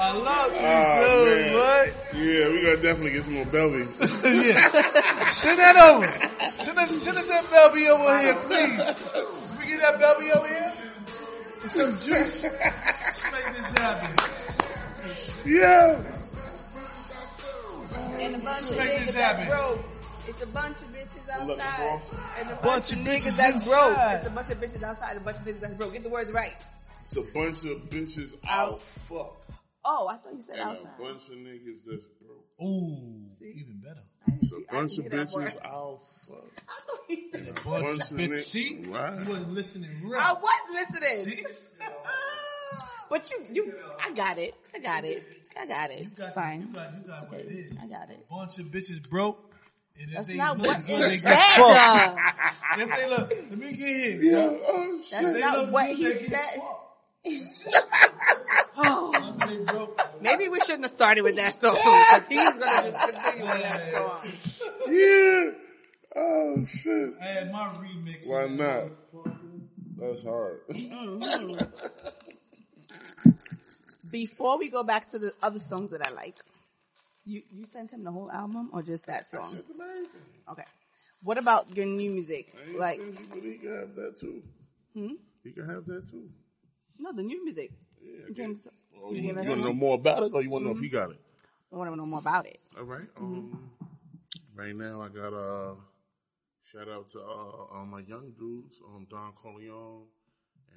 S2: I love threesomes,
S4: Oh,
S2: right?
S4: club. Yeah, we gotta definitely get some more Belly.
S2: yeah. Send that over. Send us, send us that Belby over here, please. Can we get that Belby over here? And some juice. Let's make this happen.
S4: yeah.
S3: And a bunch of
S2: Make
S3: niggas
S2: this
S3: that's
S2: happen.
S3: broke. It's a bunch of bitches
S4: Look,
S3: outside.
S4: bro.
S3: And a bunch,
S2: Bunch
S3: of
S2: of
S3: niggas
S2: bitches
S3: that's broke.
S2: inside.
S3: It's a bunch of bitches outside and a bunch of niggas that's broke. Get the words right.
S4: It's a bunch of bitches out fuck.
S3: Oh, I thought you said
S4: And a
S3: outside.
S4: bunch of niggas that's broke.
S2: Ooh, even better.
S4: It's a
S3: I
S4: bunch of
S3: didn't hear that word.
S4: bitches out fuck.
S3: I thought he said
S4: A
S2: Bunch of bitch.
S4: ni-
S2: See, you
S4: Right.
S2: wasn't listening
S3: I
S2: right.
S3: was listening.
S2: See,
S3: But you, you, I got it. I got it. I got it.
S2: you
S3: It's
S2: got,
S3: fine.
S2: You got, you got what it is.
S3: I got it.
S2: Bunch of bitches broke. And if
S3: That's
S2: they
S3: not
S2: look
S3: what
S2: good, they
S3: is
S2: get fucked.
S3: better.
S2: If they look, let me get here.
S4: Yeah. Oh, shit.
S3: That's
S2: They
S3: not
S2: look
S3: what
S2: good,
S3: he
S2: they get
S3: said.
S2: fucked.
S3: Oh,
S2: They broke.
S3: maybe we shouldn't have started with that song because he's gonna just continue with that song.
S4: yeah. Oh shit.
S2: I had my remix.
S4: Why not? That's hard.
S3: Before we go back to the other songs that I like, you you sent him the whole album or just that song?
S4: That's amazing.
S3: Okay. What about your new music?
S4: I ain't
S3: Like, Hmm?
S4: stingy, but he can have that too. He can have that too.
S3: no, the new music.
S4: Yeah, I
S3: You
S4: get
S3: came
S4: it.
S3: to-
S4: Oh,
S3: you
S4: you
S3: gonna
S4: want to
S3: know-
S4: know more about it, or you want to know if he got it?
S3: I want to know more about it.
S4: All right. Um, Right now, I got a uh, shout out to uh, all my young dudes, um, Don Corleone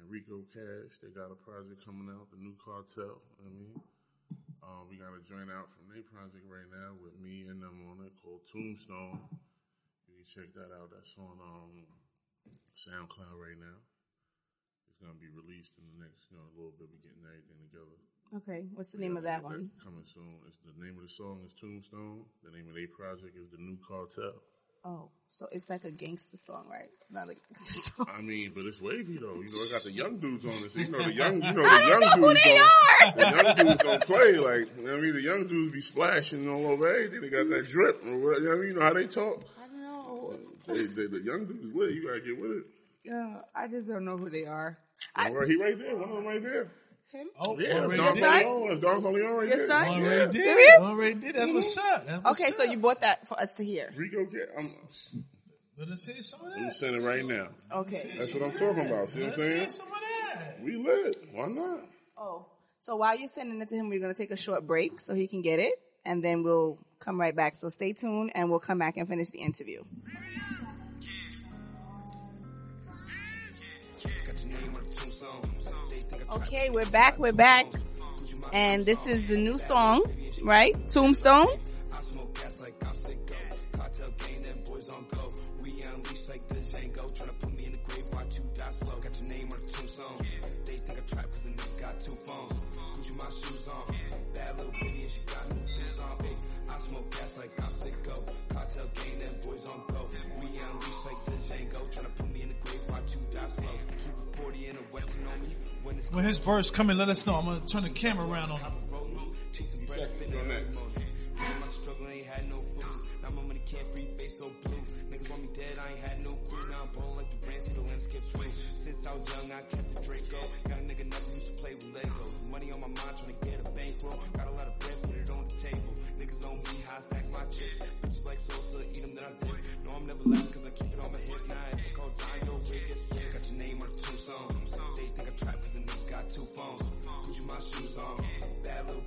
S4: and Rico Cash. They got a project coming out, the New Cartel. I mean, uh, we got a joint out from their project right now with me and them on it called Tombstone. You can check that out. That's on um, SoundCloud right now. It's gonna be released in the next, you know, little bit. We're getting everything together.
S3: Okay, what's the name of that one?
S4: Coming soon. It's the name of the song is Tombstone. The name of their project is the New Cartel.
S3: Oh, so it's like a gangster song, right? Not a gangster song.
S4: I mean, but it's wavy though. You know, it got the young dudes on it. So you know the young, you know the young dudes. don't, The young dudes don't play like. You know what I mean, the young dudes be splashing all over everything. They got that drip. Or what, you know, what I mean? you know how they talk.
S3: I don't know.
S4: They, they, the young dudes lit. You gotta get with it.
S3: Yeah, Uh, I just don't know who they are.
S4: All right, he right there. One of them right there.
S3: Him?
S2: Oh,
S4: Yeah, it's
S2: already
S4: Don
S3: did.
S2: did.
S4: Corleone. It's Don Corleone right
S3: Your
S4: there.
S3: son?
S2: Already
S4: Yeah.
S2: did.
S3: Serious?
S2: Already did. That's what's up. That's what's
S3: Mm-hmm. Okay, so
S2: up.
S3: you bought that for us to hear.
S4: Rico, Ca- I'm,
S2: Let us hear some of
S4: I'm
S2: that.
S4: sending right now.
S3: Okay.
S4: That's what I'm talking about. See what I'm
S2: Let's hear
S4: saying?
S2: some of that.
S4: We lit. Why not?
S3: Oh, so while you're sending it to him, we're gonna take a short break so he can get it, and then we'll come right back. So stay tuned, and we'll come back and finish the interview. Okay, we're back. We're back, and this is the new song, right? Tombstone.
S2: When his verse coming, let us know. I'm gonna turn the camera around on him.
S4: You second. You're next.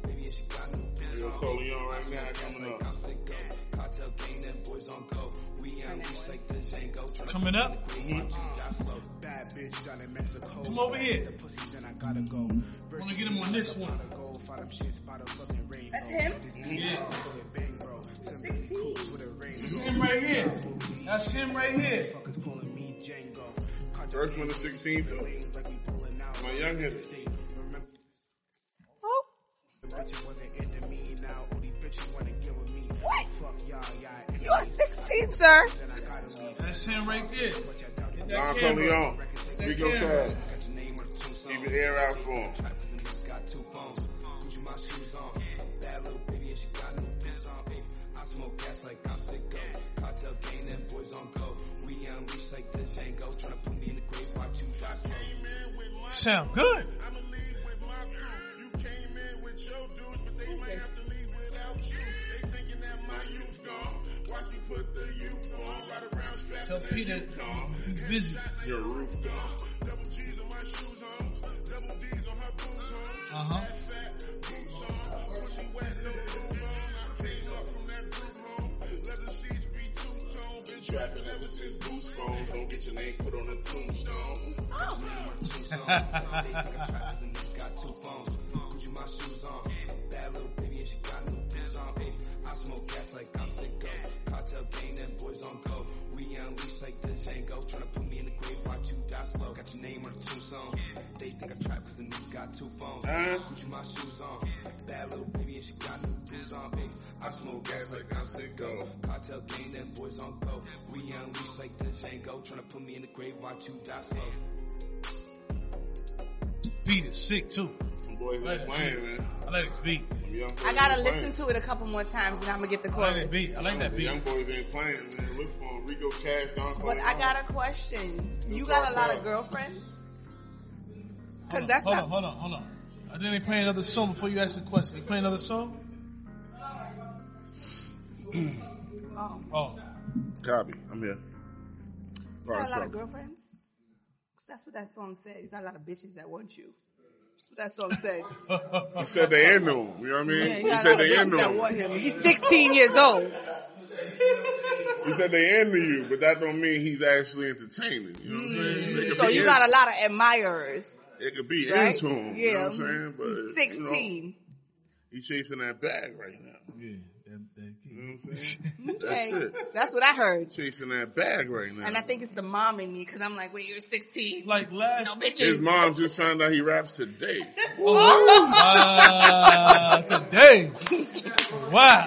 S4: Rico Corleone right now coming up.
S2: Coming up. Come over here. I'm gonna get him on this one.
S3: That's him.
S2: Yeah.
S3: Sixteen.
S2: This is him right here. That's him right here.
S4: First one to 16 too. My young hitters.
S3: Oh, what? You are sixteen, sir.
S2: That's him right there. Hit
S4: Don
S2: that camera.
S4: Corleone. Rico Cash. Keep your ear out for him.
S2: Sound good. Tell Peter he's busy.
S4: Your roof gone.
S2: Uh huh.
S4: Trapping ever since Boost phones. Don't get your name put on a tombstone. Huh? I smoke gas like I'm sicko.
S2: Beat is sick too.
S4: Them boys ain't playing, man.
S2: I like the beat.
S4: Them young boys
S3: I gotta
S4: ain't
S3: listen to it a couple more times, and I'm gonna get the
S2: I like that
S3: chorus.
S2: beat. I like
S4: playing.
S2: that
S4: The
S2: beat.
S4: young boys ain't playing, man. Look for 'em. Rico Cash, Don
S3: But
S4: Corleone.
S3: I got a question. You
S4: You
S3: got a lot of
S4: cartel.
S3: girlfriends?
S2: Hold
S3: Cause
S2: on,
S3: that's
S2: hold
S3: not.
S2: on, hold on, hold on. I think they play another song before you ask the question. They play another song?
S3: Oh,
S2: Oh.
S4: Copy. I'm here.
S3: you got a lot
S4: Sorry,
S3: of girlfriends? Cause that's what that song said. You got a lot of bitches that want you. That's what that song said.
S4: He said they into him. You know what I mean?
S3: Yeah, you
S4: he
S3: got a
S4: said
S3: lot of
S4: they
S3: bitches
S4: into
S3: that
S4: him.
S3: want him. He's 16 years old.
S4: He said they into you, but that don't mean he's actually entertaining. You know what I'm saying? They could
S3: Mm. So
S4: be
S3: you
S4: in-
S3: got a lot of admirers,
S4: it could be
S3: right?
S4: into him. You know what I'm saying? But you know,
S3: sixteen.
S4: he chasing that bag right now.
S2: Yeah, that, that kid.
S4: You know what I'm saying? That's
S3: Okay.
S4: it.
S3: That's what I heard,
S4: Chasing that bag right now.
S3: and I think it's the mom in me because I'm like, wait, you're sixteen,
S2: Like
S3: no
S2: last.
S4: his
S3: bitches.
S4: mom just found out he raps today.
S2: Uh, today. Wow.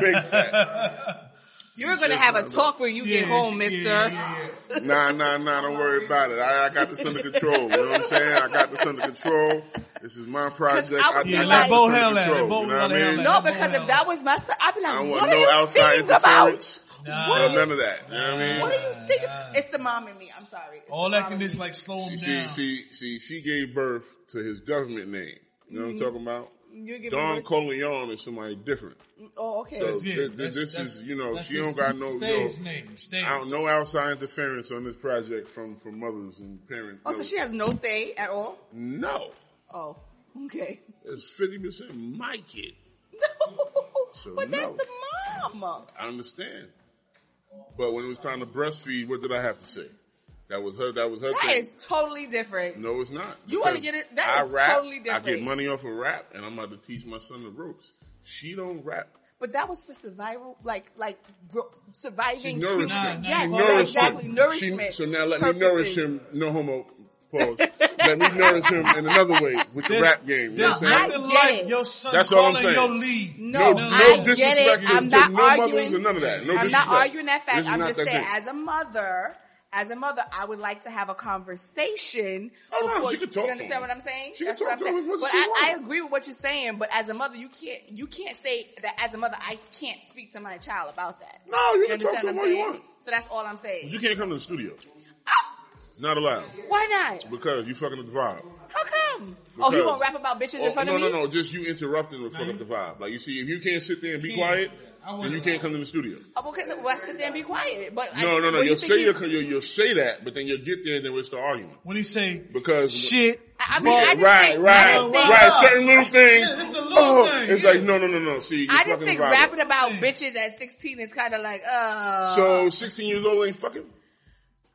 S4: Big fat.
S3: you were gonna have a talk when you get
S2: Yeah,
S3: home,
S2: yeah,
S3: Mister.
S2: yeah,
S4: Nah, nah, nah. Don't worry about it. I, I got this under control. You know what I'm saying? I got this under control. This is my project.
S3: I
S4: I,
S3: was
S4: I
S3: like-
S4: got
S3: Let Bo
S4: this
S2: hell
S4: under
S2: at it.
S4: control.
S2: Bo
S4: You know
S2: was
S4: what
S2: like,
S4: I
S2: hell
S4: mean?
S2: at it.
S3: No, because if that was my son, I'd be like,
S4: I don't
S3: what
S4: want
S3: are
S4: no
S3: you
S4: outside
S3: singing about?
S4: interference.
S2: Nah.
S4: None of that. You know what I mean?
S3: What are you singing? It's the mom in me. I'm sorry. It's
S2: All
S3: the
S2: that
S3: mom
S2: can
S3: in
S2: just
S3: me.
S2: like slow him
S4: She,
S2: down.
S4: she, she, she gave birth to his government name. You know what I'm talking about?
S3: You're giving
S4: Don
S3: Mm-hmm. birth.
S4: Corleone is somebody different.
S3: oh, okay.
S4: So
S2: Yeah,
S4: th- th-
S2: that's-
S4: this
S2: that's-
S4: is, you know,
S2: that's
S4: she
S2: his
S4: don't got no, no,
S2: stage name. Stage.
S4: I don't, no outside interference on this project from, from mothers and parents.
S3: oh,
S4: no.
S3: so she has no say at all?
S4: no.
S3: Oh, okay.
S4: It's 50% my kid.
S3: No,
S4: So
S3: but that's
S4: no.
S3: the mom.
S4: I understand. But when it was time to breastfeed, what did I have to say? That was her, that was her
S3: That
S4: thing.
S3: is totally different.
S4: No, it's not.
S3: You wanna
S4: Because
S3: get it- that
S4: I
S3: is
S4: rap,
S3: totally different.
S4: I get money off of rap, and I'm about to teach my son the ropes. She don't rap.
S3: But that was for survival, like like gro- surviving.
S4: Nourish
S2: Nah,
S4: him.
S2: nah,
S3: Yes,
S2: you
S3: yeah,
S4: Nourish
S3: exactly.
S4: him.
S3: Nourishment.
S4: She- so now let
S3: purposes.
S4: me nourish him. No homo. Pause. let me nourish him in another way with the rap game. You know
S2: There's
S4: what I'm
S3: I-
S4: saying?
S2: nothing
S3: get
S2: like
S3: it.
S2: your son
S4: That's all I'm
S2: calling your
S4: saying.
S2: lead.
S3: No,
S4: no,
S3: I get
S4: disrespect
S3: it.
S4: to-
S3: I'm
S4: to
S3: not
S4: no mothers
S3: arguing.
S4: and none of that. No
S3: I'm not
S4: disrespect.
S3: arguing that fact.
S4: This is
S3: I'm
S4: not
S3: just
S4: that
S3: saying,
S4: thing.
S3: as a mother, as a mother, I would like to have a conversation.
S4: Oh, no,
S3: before-
S4: she can talk
S3: You
S4: to
S3: understand
S4: him.
S3: what I'm saying?
S4: She can
S3: That's what
S4: talk
S3: I'm
S4: to him as
S3: saying.
S4: much
S3: But
S4: as she
S3: I, I
S4: wants.
S3: agree with what you're saying. But as a mother, you can't you can't say that as a mother, I can't speak to my child about that.
S4: No, you can talk
S3: understand what
S4: to him
S3: I'm
S4: all you
S3: saying?
S4: want.
S3: So that's all I'm saying.
S4: You can't come to the studio. Not allowed
S3: Why not?
S4: because you fucking up the vibe.
S3: How come? oh, he
S4: Because-
S3: won't rap about bitches
S4: Oh,
S3: in front
S4: no,
S3: of me.
S4: no, no. Just you interrupting would fuck up the vibe. Like you see, if you can't sit there and be
S2: Can't.
S4: quiet,
S2: I
S4: then
S2: wouldn't.
S4: you can't come to the studio.
S3: Oh, okay, so why sit there and be quiet? But I-
S4: No, no, no.
S3: what do
S4: You'll
S3: think
S4: say
S3: he-
S4: your, you'll, you'll say that, but then you'll get there and then we'll start arguing.
S2: When he say
S4: Because-
S2: shit,
S3: I, I mean, I
S4: Right,
S3: just
S4: right,
S3: think, I
S4: right,
S3: just think,
S4: right. Certain little things.
S2: Yeah, it's a little
S4: oh,
S2: thing,
S4: it's
S2: yeah.
S4: like no, no, no, no. See, you're
S3: I just
S4: fucking
S3: think
S4: the vibe
S3: rapping
S4: up.
S3: about bitches at 16 is kind of like, uh.
S4: So, 16 years old ain't fucking.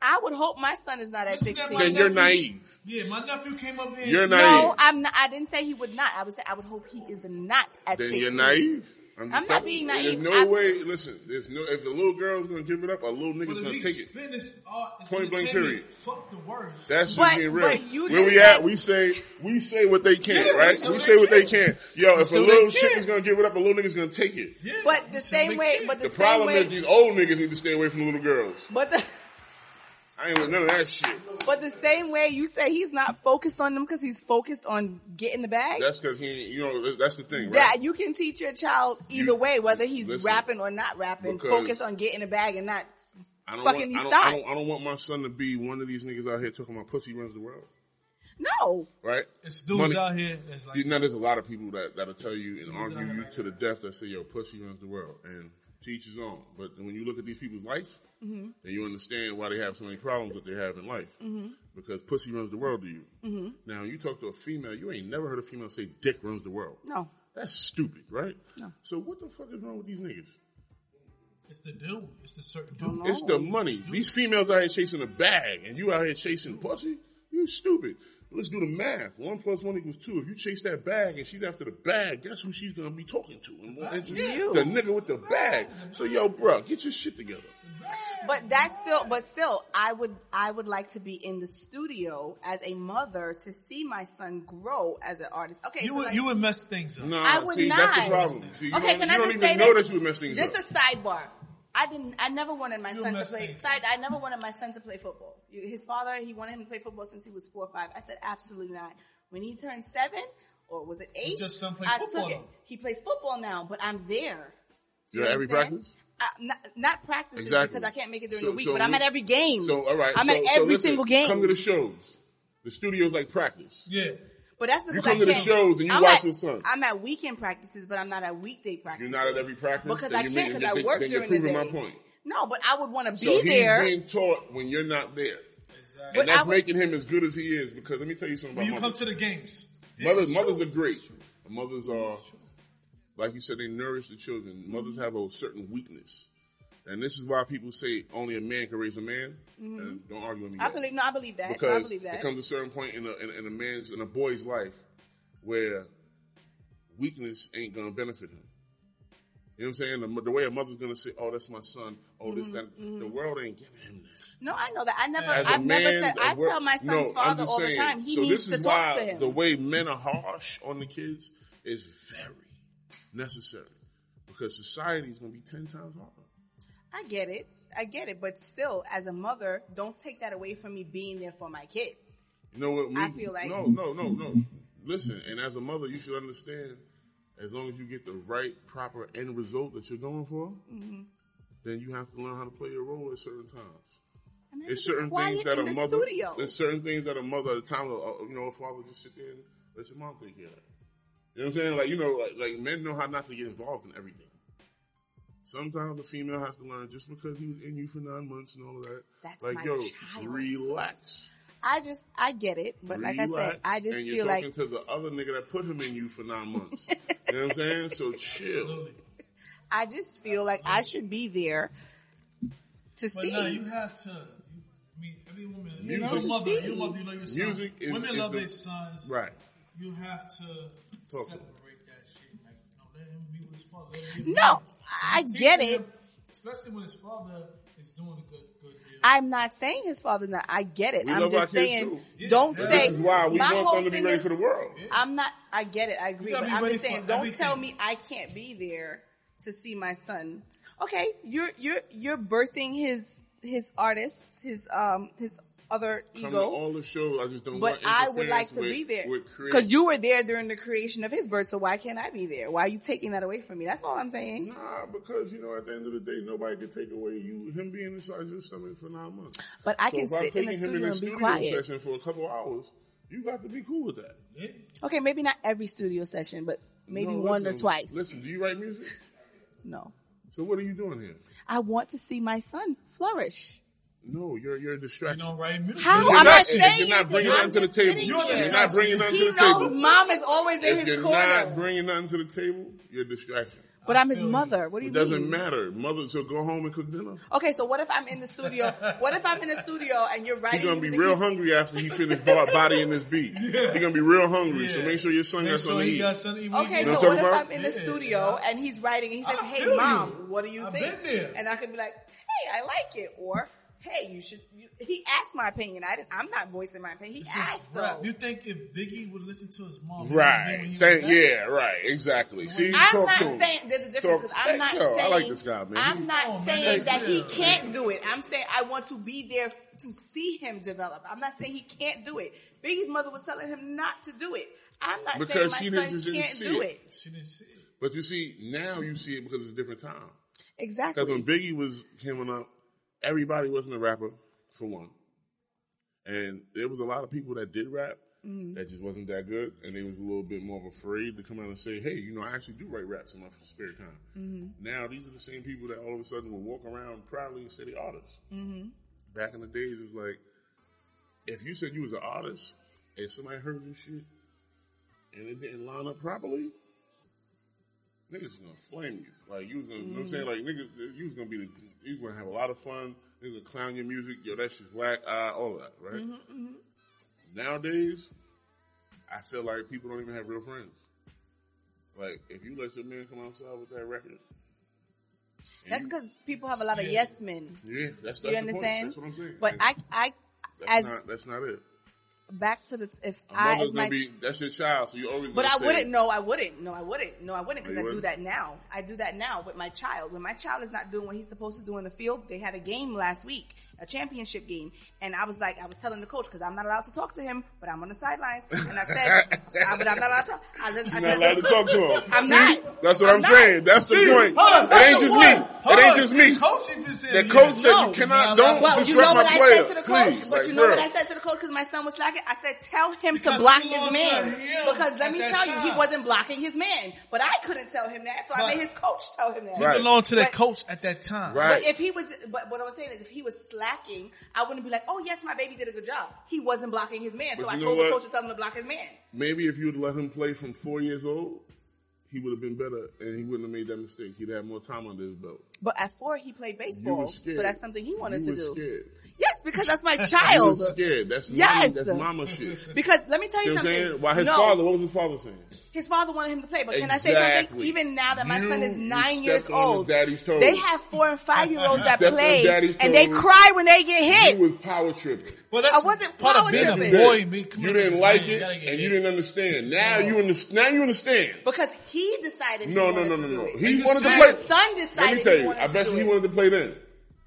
S3: I would hope my son is not at
S2: Listen to
S3: 16.
S2: that
S4: Then
S2: My
S4: you're
S2: nephew-
S4: naive.
S2: yeah, my nephew came up here. and
S4: You're
S2: said,
S4: naive.
S3: No, I'm not. I didn't say he would not. I would say I would hope he is not at
S4: Then
S3: 16.
S4: you're naive.
S3: I'm not
S4: just telling
S3: being
S4: you.
S3: naive.
S4: There's no
S3: I'm-
S4: way. Listen, there's no. If the little girl's gonna give it up, a little
S2: Well,
S4: nigga's
S2: at
S4: gonna
S2: least
S4: take it.
S2: spin is art. is
S4: Point blank
S2: entertainment.
S4: period.
S2: Fuck the words.
S4: That's just
S3: But-
S4: being real.
S3: but you
S4: Where
S3: just
S4: we at,
S3: said-
S4: we say we say what they can,
S2: Yeah,
S4: right?
S2: so
S4: We
S2: they
S4: say what they
S2: can.
S4: can. Yo, if
S2: So
S4: a
S2: they
S4: little
S2: can.
S4: chick is gonna give it up, a little nigga's gonna take it.
S2: Yeah,
S3: But
S2: you
S3: the
S2: should
S3: same
S2: make
S3: way,
S2: it.
S3: but the,
S4: The
S3: same
S4: problem
S3: way,
S4: is these old niggas need to stay away from the little girls.
S3: but the,
S4: I ain't with none of that shit.
S3: but the same way you say he's not focused on them because he's focused on getting the bag.
S4: That's because he, ain't- you know, that's the thing, right?
S3: That you can teach your child either
S4: You-
S3: way, whether he's
S4: listen,
S3: rapping or not rapping.
S4: because-
S3: Focus on getting the bag and not.
S4: I don't
S3: Fucking these
S4: want, I don't, I
S3: thoughts.
S4: don't, I don't want my son to be one of these niggas out here talking about pussy runs the world,
S3: No,
S4: right?
S2: It's dudes
S4: Money-
S2: out here that's like,
S4: You know, there's a lot of people that that'll tell you and argue you to the death that say, "Yo, pussy runs the world," and teach his own. But when you look at these people's life, then you understand why they have so many problems that they have in life because pussy runs the world to you. Now, you talk to a female, you ain't never heard a female say, "Dick runs the world."
S3: no.
S4: That's stupid, right? No. So what the fuck is wrong with these niggas?
S2: it's the dude. It's the certain dude.
S4: It's the money. These females out here chasing a bag, and you out here chasing pussy. You stupid. Let's do the math. One plus one equals two. If you chase that bag and she's after the bag, guess who she's gonna be talking to? And more interested-
S3: You.
S4: The nigga with the bag. So yo, bro, get your shit together.
S3: But that's still, but still, I would, I would like to be in the studio as a mother to see my son grow as an artist. Okay,
S2: You
S3: so
S2: would,
S3: like-
S2: you would mess things up.
S4: Nah,
S3: I would
S4: see,
S3: not.
S4: that's the problem. See, you
S3: okay,
S4: don't,
S3: can
S4: you
S3: I
S4: don't
S3: just
S4: even
S3: say
S4: know
S3: this?
S4: that you would mess things
S3: just
S4: up.
S3: a sidebar. I didn't. I never wanted my
S2: You
S3: son to
S2: messed
S3: play.
S2: things
S3: Side. I never wanted my son to play football. You- His father, he wanted him to play football since he was four or five. I said absolutely not. When he turned seven, or was it eight?
S2: just son played
S3: I
S2: football,
S3: took it.
S2: though.
S3: He plays football now, but I'm there. Do you
S4: You're at every
S3: understand?
S4: practice?
S3: Uh, not, not practices
S4: Exactly.
S3: because I can't make it during
S4: So-
S3: the week,
S4: so
S3: but I'm
S4: we-
S3: at every game.
S4: So all right,
S3: I'm
S4: so,
S3: at
S4: so
S3: every
S4: listen,
S3: single game.
S4: Come to the shows. The studio's like practice.
S2: Yeah.
S3: But that's because
S4: come
S3: I
S4: to the
S3: can't.
S4: shows and you
S3: I'm
S4: watch
S3: at,
S4: your son.
S3: I'm at weekend practices, but I'm not at weekday
S4: You're
S3: practices.
S4: not at every practice
S3: Because
S4: then
S3: I
S4: you're
S3: can't
S4: making-
S3: because I
S4: then-
S3: work
S4: then you're
S3: during the day.
S4: proving my point.
S3: No, but I would want to
S4: So
S3: be there.
S4: he's being taught when you're not there.
S3: But
S4: And that's
S3: I would-
S4: making him as good as he is because let me tell you something
S2: When
S4: about
S2: you come
S4: mothers.
S2: to the games.
S4: Mothers, mothers are great. Mothers are, like you said, they nourish the children. Mothers have a certain weakness And this is why people say only a man can raise a man. And don't argue with me.
S3: Mm-hmm. I
S4: yet.
S3: believe. No, I believe that. I
S4: because
S3: believe
S4: there
S3: that.
S4: comes a certain point in a, in, in a man's in a boy's life where weakness ain't gonna benefit him. You know what I'm saying? The, mo- the way a mother's gonna say, "Oh, that's my son." Oh,
S3: Mm-hmm.
S4: this that. The world ain't giving him that.
S3: no, I know that. I never.
S4: As a
S3: I've
S4: man,
S3: never said.
S4: the
S3: I
S4: wor-
S3: tell my
S4: No,
S3: son's
S4: I'm
S3: father
S4: just
S3: all the
S4: saying,
S3: time. He
S4: so
S3: needs
S4: this
S3: to
S4: is
S3: talk
S4: why
S3: to him.
S4: The way men are harsh on the kids is very necessary because society is gonna be ten times harder.
S3: I get it. I get it. But still, as a mother, don't take that away from me being there for my kid.
S4: You know what? Me,
S3: I feel like-
S4: no, no, no, no. Listen, and as a mother, you should understand. As long as you get the right, proper end result that you're going for,
S3: Mm-hmm.
S4: then you have to learn how to play your role at certain times.
S3: And I have
S4: It's
S3: to be
S4: certain
S3: quiet
S4: things that
S3: in
S4: a
S3: the
S4: mother.
S3: Studio.
S4: There's certain things that a mother at a time, uh, you know, a father just sit there and let your mom take care of. it. You know what I'm saying? Like you know, like, like men know how not to get involved in everything. Sometimes a female has to learn just because he was in you for nine months and all of that.
S3: That's
S4: like
S3: my
S4: yo,
S3: child.
S4: relax.
S3: I just, I get it. But like I said,
S4: Relax.
S3: I just
S4: and
S3: feel
S4: you're
S3: like
S4: talking to the other nigga that put him in you for nine months. you know what I'm saying? So chill.
S3: I just feel like I should be there to
S2: But
S3: see.
S2: no, you have to. you- I mean, every woman, you
S4: Music-
S2: your mother, your mother, you love your son.
S4: Music is-
S2: women
S4: is
S2: love
S4: the-
S2: their sons.
S4: Right.
S2: You have to
S4: Talk to
S2: separate that shit. Like, you know, let him be with his father. Let him be
S3: No,
S2: with him.
S3: I get
S2: Teaching
S3: it.
S2: him, especially when his father is doing a good, good deal.
S3: I'm not saying his father's not. I get it.
S4: We
S3: I'm
S4: love our
S3: just
S4: kids
S3: saying,
S4: too. Yeah.
S3: don't
S2: But
S3: say.
S4: This is why we
S3: my
S4: want
S3: whole
S4: them to be
S3: thing
S4: ready
S3: is-
S4: for the world.
S3: I'm not. I get it. I agree.
S2: You gotta
S3: But
S2: be
S3: I'm
S2: ready
S3: just saying,
S2: for
S3: don't
S2: everything.
S3: tell me I can't be there to see my son. Okay, you're you're you're birthing his his artist, his um his other
S4: Come to
S3: ego.
S4: all the shows. I just don't.
S3: But
S4: want
S3: I would like
S4: interference
S3: to
S4: with,
S3: be there
S4: with create-
S3: because you were there during the creation of his birth. So why can't I be there? Why are you taking that away from me? That's all I'm saying.
S4: Nah, because you know, at the end of the day, nobody can take away you him being inside your stomach for nine months.
S3: But I
S4: so
S3: can
S4: if I'm
S3: sit in
S4: taking
S3: the
S4: him in
S3: studio
S4: a
S3: and be
S4: studio
S3: quiet.
S4: session for a couple hours, you got to be cool with that.
S3: Okay, maybe not every studio session, but maybe
S4: No,
S3: one or
S4: listen,
S3: twice.
S4: Listen, do you write music?
S3: No.
S4: So what are you doing here?
S3: I want to see my son flourish.
S4: No, you're you're a distraction.
S2: You know, right? Music.
S3: How
S4: you're
S3: am
S4: not-
S3: I
S4: if
S3: saying
S4: you're not
S3: anything?
S4: bringing nothing to
S3: I'm
S4: the
S3: just
S4: table,
S3: sitting
S4: you're
S3: here.
S4: just not bringing nothing
S3: he
S4: to the table.
S3: knows mom is always in
S4: if
S3: his
S4: you're
S3: corner,
S4: not bringing nothing to the table, you're a distraction.
S3: but I'm his mother. What do you
S4: It doesn't
S3: mean?
S4: matter. Mother, so go home and cook dinner.
S3: Okay, so what if I'm in the studio? What if I'm in the studio and you're writing?
S4: He's gonna be
S3: music?
S4: real hungry after he finished body in this beat. He's gonna be real hungry. So make sure your son
S2: Make
S4: got
S2: sure
S4: something to
S2: he
S4: eat.
S2: got something to eat.
S3: Okay,
S2: You
S4: know
S3: so
S4: what
S3: what
S4: I'm
S3: if
S4: talking
S3: I'm
S4: about?
S3: in the studio and he's writing and he says,
S2: I
S3: "Hey,
S2: feel
S3: mom,
S2: you.
S3: what do you
S2: I've
S3: think?"
S2: been there.
S3: And I could be like, "Hey, I like it," or "Hey, you should." You, he asked my opinion. I didn't, I'm not voicing my opinion. He
S2: This is
S3: asked
S2: rap.
S3: though.
S2: You think if Biggie would listen to his mom, he would've been when
S4: Right.
S2: he was
S4: Thank,
S2: back?
S4: yeah, right. Exactly. See,
S3: I'm
S4: talk
S3: not
S4: to him.
S3: saying there's a difference
S4: Talk-
S3: because I'm not
S4: Hey, yo,
S3: saying
S4: I like this guy, man.
S3: I'm not
S2: Oh, man, that's
S3: saying that he
S2: good.
S3: can't do it. I'm saying I want to be there to see him develop. I'm not saying he can't do it. Biggie's mother was telling him not to do it. I'm not
S4: Because she
S3: saying my
S4: didn't-
S3: son
S4: just didn't
S3: can't
S4: see
S3: do
S4: it.
S3: it.
S2: She didn't see it.
S4: but you see, now you see it because it's a different time.
S3: Exactly.
S4: Because when Biggie was coming up, everybody wasn't a rapper for one, and there was a lot of people that did rap that just wasn't that good, and they was a little bit more of afraid to come out and say, "Hey, you know, I actually do write raps in my spare time." Now these are the same people that all of a sudden will walk around proudly and say they artists. Back in the days, it was like if you said you was an artist and somebody heard your shit and it didn't line up properly, niggas is gonna flame you. Like you was gonna, you know what I'm saying? Like niggas, you was gonna be, the, you was gonna have a lot of fun. Niggas gonna clown your music. Yo, that shit's whack. Uh, all that, right?
S3: Mm-hmm,
S4: Nowadays, I feel like people don't even have real friends. Like if you let your man come outside with that record, and
S3: That's
S4: you-
S3: because people have a lot of yes men.
S4: yeah, that's, that's
S3: You
S4: the point.
S3: understand?
S4: That's what I'm saying.
S3: But I,
S4: That's-
S3: I,
S4: that's
S3: as
S4: not, that's not it.
S3: back to the if
S4: A
S3: I
S4: mother's
S3: as
S4: gonna
S3: my
S4: be that's your child, so you always.
S3: But
S4: gonna
S3: I
S4: say,
S3: wouldn't. No, I wouldn't. No, I wouldn't. No, I wouldn't
S4: No,
S3: because
S4: you
S3: I do
S4: wouldn't?
S3: that now. I do that now with my child. When my child is not doing what he's supposed to do in the field, they had a game last week, a championship game, and I was like, I was telling the coach because I'm not allowed to talk to him, but I'm on the sidelines, and I said, I, but I'm not allowed to. I just, I
S4: You're not
S3: said,
S4: allowed to talk to him.
S3: I'm
S4: See?
S3: not.
S4: That's what I'm,
S3: I'm not.
S4: saying. That's the point.
S2: Hold on,
S4: it ain't
S2: that's
S4: just
S2: the
S4: me.
S2: point.
S4: It
S2: Hold
S4: ain't
S2: on.
S4: just me.
S2: Coach even said
S4: The
S2: yes.
S4: coach said
S3: No.
S4: you cannot.
S2: No, well,
S4: Don't
S3: Well, you
S4: disrupt
S3: know
S4: my
S3: what I
S4: player.
S3: said to the coach,
S4: Please,
S3: but
S4: like,
S3: you know
S4: for
S3: what
S4: real.
S3: I said to the coach because my son was slacking. I said, tell him to
S2: Because
S3: block
S2: he
S3: his
S2: belongs
S3: man
S2: to him
S3: because let
S2: at
S3: me
S2: that
S3: tell you, he
S2: time.
S3: wasn't blocking his man, but I couldn't tell him that, so I
S2: Right.
S3: made his coach tell him that.
S4: Right.
S2: He belonged to that
S3: But-
S2: coach at that time.
S4: Right.
S3: But if he was, but what I'm saying is, if he was slacking, I wouldn't be like, "Oh yes, my baby did a good job." He wasn't blocking his man,
S4: But
S3: so I
S4: you know
S3: told the
S4: what?
S3: coach to tell him to block his man.
S4: Maybe if you'd let him play from four years old, he would have been better, and he wouldn't have made that mistake. He'd have more time under his belt.
S3: But at four, he played baseball,
S4: scared.
S3: so that's something he wanted
S4: you
S3: to do.
S4: was Scared.
S3: Yes, because that's my
S4: You
S3: child.
S4: was scared. That's
S3: Yes.
S4: mama, that's mama shit.
S3: Because let me tell
S4: You
S3: you
S4: know what I'm saying?
S3: something.
S4: Why his
S3: no,
S4: father? What was his father saying?
S3: his father wanted him to play. But can I say something?
S4: Exactly.
S3: Even now that my
S4: You-
S3: son is
S4: you
S3: nine
S4: stepped
S3: years
S4: on his
S3: old,
S4: daddy's toes.
S3: they have four and five year olds that
S4: Stepped on
S3: play,
S4: daddy's
S3: and they
S4: toes.
S3: cry when they get
S4: You
S3: hit.
S4: was power tripping.
S2: Well, that's
S3: I wasn't
S2: part of
S3: power
S2: being
S3: tripping.
S2: a boy. man. Come
S4: You
S2: on,
S4: didn't
S2: man.
S4: like
S2: You
S4: it,
S2: gotta get
S4: and you
S2: hit.
S4: didn't understand. Now you understand. Now you understand.
S3: Because he decided. He
S4: No, no,
S3: wanted
S4: no,
S3: to
S4: no,
S3: do
S4: no.
S3: it.
S4: He
S2: you
S4: wanted to
S2: said-
S3: my
S4: play.
S3: son
S4: Let me
S3: decided.
S4: tell
S3: he
S4: you,
S3: wanted
S4: I bet
S3: to
S4: you
S3: do
S4: he
S3: it.
S4: wanted to play then,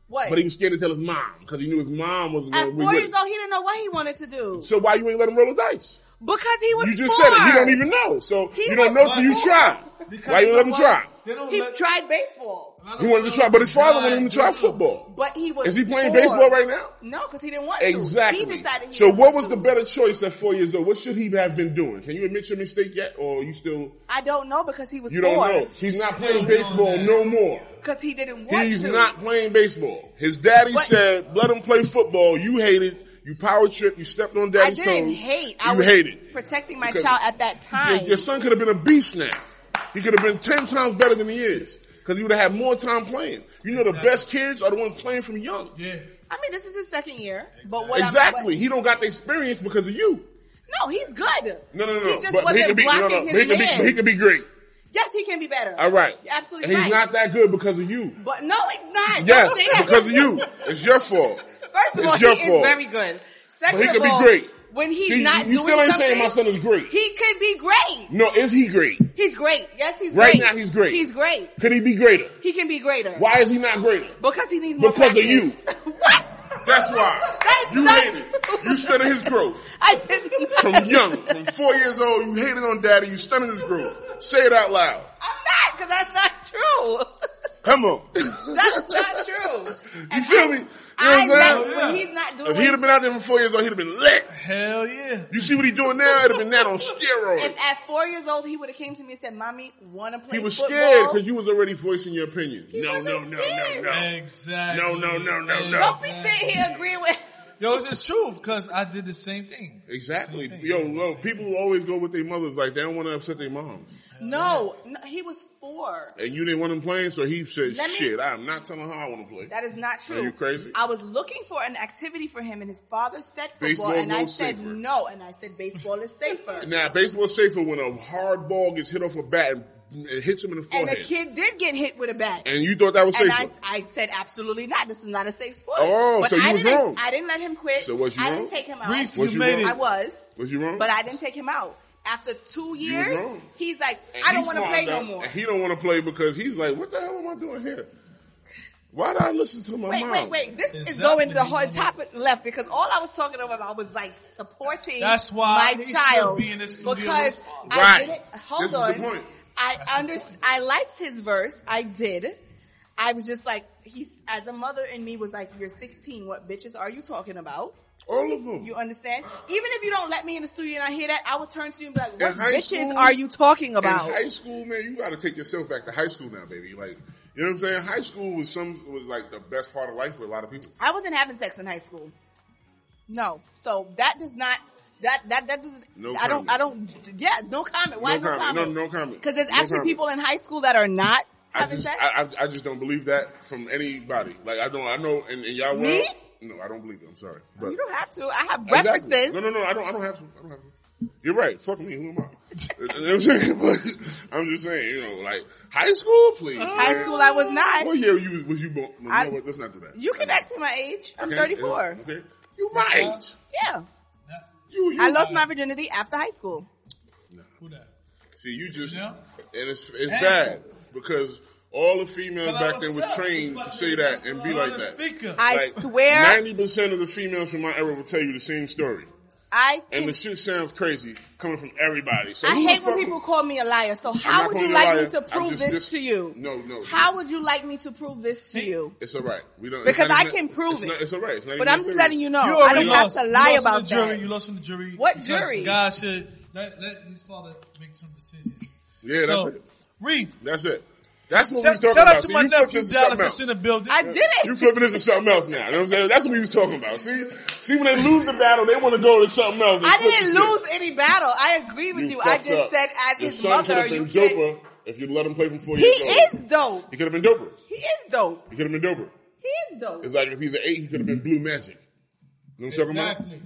S3: What?
S4: but he was scared to tell his mom because he knew his mom was
S3: At
S4: going to be
S3: four
S4: with
S3: years
S4: it.
S3: old, he didn't know what he wanted to do
S4: So why you ain't let him roll the dice?
S3: because he was
S4: You just
S3: four.
S4: said it. You don't even know. So
S3: He
S4: you don't
S3: was
S4: know till you
S3: four.
S4: try.
S2: Because
S4: Why you
S2: know
S4: let him
S2: what?
S4: try?
S2: They don't
S3: He
S2: let-
S3: tried baseball,
S2: I don't
S4: He wanted to
S2: let
S4: try, but his father
S2: try.
S4: wanted him to try football.
S3: but he was.
S4: Is he playing
S3: four.
S4: baseball right now?
S3: No, because he didn't want to.
S4: Exactly.
S3: He decided. He
S4: so
S3: didn't
S4: what
S3: want
S4: was
S3: to.
S4: the better choice at four years old? What should he have been doing? Can you admit your mistake yet, or you still
S3: I don't know because he was
S4: you don't
S3: four.
S4: know? He's not
S2: Still
S4: playing
S2: don't
S4: baseball
S2: know.
S4: no more.
S3: Because he didn't want
S4: He's
S3: to.
S4: not playing baseball. His daddy
S3: What?
S4: said, "Let him play football." You hated. You power tripped. You stepped on
S3: I
S4: daddy's toes.
S3: didn't hate. I
S4: you
S3: was
S4: hated.
S3: protecting my
S4: Because
S3: child at that
S4: Your,
S3: time.
S4: your son could have been a beast now. He could have been ten times better than he is because he would have had more time playing. You know, the best kids are the ones playing from young.
S2: Yeah.
S3: I mean, this is his second year, but what? I'm-
S4: Exactly. He don't got the experience because of you.
S3: but- no, he's good.
S4: No, no, no.
S3: He just
S4: but
S3: wasn't
S4: he could be, no,
S3: blocking
S4: no,
S3: his
S4: but he could be,
S3: man.
S4: he could be great.
S3: yes, he can be better.
S4: All right.
S3: You're absolutely
S4: And he's
S3: right.
S4: not that good because of you.
S3: But no, he's not. Don't say
S4: Yes,
S3: that.
S4: because of you. It's your fault.
S3: First of
S4: It's
S3: all, he
S4: your
S3: is
S4: fault.
S3: very good. Second
S4: But he could
S3: of
S4: be
S3: all,
S4: great.
S3: when he's
S4: See,
S3: not
S4: you
S3: doing
S4: still ain't
S3: something,
S4: saying my son is great.
S3: He could be great.
S4: No, is he great?
S3: He's great. Yes, he's
S4: Right
S3: great.
S4: now, he's great.
S3: He's great.
S4: Could he be greater?
S3: He can be greater.
S4: Why is he not greater?
S3: Because he needs more
S4: Because of
S3: practice.
S4: you.
S3: what?
S4: That's why.
S3: That is
S4: you
S3: not
S4: hated.
S3: true.
S4: You stunted his growth.
S3: I did not.
S4: From young, from four years old, you hated on daddy, you stunted his growth. Say it out loud.
S3: I'm not, because that's not true.
S4: Come on.
S3: that's not true.
S4: You feel me? You know
S3: I
S4: what I'm
S3: left
S4: saying?
S3: when he's not doing.
S4: If he'd have been out there from four years old, he'd have been lit.
S2: Hell yeah.
S4: You see what he doing now? It'd have been that on steroids.
S3: if at four years old he would have came to me and said, "Mommy, want to play
S4: He was
S3: football?"
S4: scared because you was already voicing your opinion. No, no,
S3: wasn't
S4: no, no,
S3: scared.
S4: no.
S2: Exactly.
S4: No, no, no, no, no.
S3: Don't be sitting here agreeing with.
S2: Yo, it's just true because I did the same thing.
S4: Exactly.
S2: Same thing.
S4: Yo, yo, people always go with their mothers like they don't want to upset their moms.
S3: No, no, he was four.
S4: And you didn't want him playing, so he said,
S3: Let me-
S4: "Shit, I'm not telling her I want to play."
S3: That is not true.
S4: Are you crazy?
S3: I was looking for an activity for him, and his father said football,
S4: Baseball's
S3: and I
S4: no
S3: said
S4: safer.
S3: no, and I said baseball is safer.
S4: now baseball's safer when a hard ball gets hit off a bat and it hits him in the
S3: and
S4: forehead.
S3: the kid did get hit with a bat.
S4: And you thought that was
S3: And
S4: safer.
S3: I, I said absolutely not. This is not a safe sport.
S4: Oh,
S3: but
S4: so you
S3: I
S4: was
S3: didn't,
S4: wrong.
S3: I didn't let him quit.
S4: So was you
S3: I
S4: wrong?
S3: didn't take him out.
S2: Brief, you
S4: Was you
S2: made
S4: wrong?
S2: it.
S3: I was,
S4: was you wrong?
S3: but I didn't take him out. After two years,
S4: wrong.
S3: he's like,
S4: And
S3: I don't
S4: he's
S3: want to
S4: smart
S3: play no
S4: enough,
S3: more.
S4: And he don't want to play because he's like, "What the hell am I doing here? Why did I listen to my
S3: Wait,
S4: mom?"
S3: wait, wait. This is
S2: Exactly.
S3: going to the whole topic left because all I was talking about was like supporting
S2: That's why
S3: my
S2: he should
S3: child
S2: be in this studio
S3: because
S2: with us.
S3: I
S4: Right.
S3: did it. Hold
S4: This is the
S3: on.
S4: point.
S3: I under I liked his verse. I did. I was just like he's as a mother in me was like you're 16. What bitches are you talking about?
S4: All of them.
S3: You understand? Even if you don't let me in the studio and I hear that, I will turn to you and be like,
S4: In
S3: "What
S4: high
S3: bitches
S4: school-
S3: are you talking about?"
S4: In high school, man, you gotta take yourself back to high school now, baby. Like, you know what I'm saying? High school was some was like the best part of life for a lot of people.
S3: I wasn't having sex in high school. No, so that does not that that that doesn't.
S4: No
S3: I don't.
S4: comment.
S3: I don't. Yeah, no comment. Why
S4: No
S3: no,
S4: comment.
S3: comment?
S4: No- no comment.
S3: Because there's
S4: No
S3: actually
S4: comment.
S3: people in high school that are not
S4: I
S3: having
S4: just,
S3: sex.
S4: I, I, I just don't believe that from anybody. Like, I don't, I know in, in y'all world.
S3: Me?
S4: No, I don't believe it. I'm sorry. But
S3: you don't have to. I have
S4: Exactly.
S3: references.
S4: No, no, no. I don't. I don't have to. I don't have to. You're right. Fuck me. Who am I? You know what I'm saying, but I'm just saying, you know, like high school, please.
S3: High
S4: man.
S3: school, I was not.
S4: What year you was you born? No,
S3: I-
S4: you know what? Let's not do that.
S3: You can ask me my age. I'm
S4: Okay,
S3: 34.
S4: Okay. You my age.
S3: Yeah,
S4: You, you.
S3: I lost my virginity after high school.
S2: Who that?
S4: See, you just
S2: Yeah.
S4: and it's it's
S2: Hey.
S4: bad because all the females
S2: Tell her
S4: back
S2: what's
S4: then was
S2: up.
S4: trained to say that and be
S2: On
S4: like
S2: the
S4: that.
S2: speaker.
S3: I
S4: Like
S3: swear,
S4: ninety percent of the females from my era will tell you the same story,
S3: I
S4: and
S3: can.
S4: the shit sounds crazy coming from everybody. So
S3: I
S4: who the
S3: hate
S4: fuck-
S3: when people call me a liar. So
S4: I'm
S3: how
S4: not
S3: would
S4: calling
S3: you like
S4: a liar.
S3: me to
S4: I'm
S3: prove
S4: just
S3: this
S4: dis-
S3: to you?
S4: No, no.
S3: How would you like me to prove this to you?
S4: It's all right. We don't
S3: Because
S4: it's not
S3: I
S4: even-
S3: can prove
S4: it's
S3: it.
S4: Not, it's all right. It's not
S3: But
S4: even
S3: I'm just
S4: serious.
S3: letting you know.
S2: You
S3: I
S2: already
S3: don't have
S2: lost.
S3: to
S2: You
S3: lie
S2: lost from
S3: about
S2: the jury.
S3: that.
S2: You lost from the jury.
S3: What
S2: because
S3: jury?
S2: God should let, let his father make some decisions.
S4: Yeah, that's
S2: so,
S4: it.
S2: Reef.
S4: That's it. That's what we was
S2: Shout,
S4: talking
S2: shout
S4: about.
S2: out to
S4: See,
S2: my
S4: you flipped
S2: nephew
S4: this to
S2: Dallas
S4: something
S2: that's in
S4: else.
S2: the building.
S3: I did it.
S4: You flipping this to something else now. You know what I'm saying? That's what we was talking about. See, see, when they lose the battle, they want to go to something else. and
S3: I
S4: flip the
S3: didn't
S4: shit.
S3: lose any battle. I agree with you. I
S4: fucked
S3: just
S4: up.
S3: said as
S4: Your
S3: his
S4: son could
S3: mother,
S4: have
S3: you
S4: been
S3: can.
S4: doper if you let him play from four
S3: He
S4: years old.
S3: is dope.
S4: He could have been doper.
S3: He is dope.
S4: He could have been doper.
S3: He is dope.
S4: It's like if he's an eight, he could have been blue magic. You know what I'm talking about?
S2: Exactly.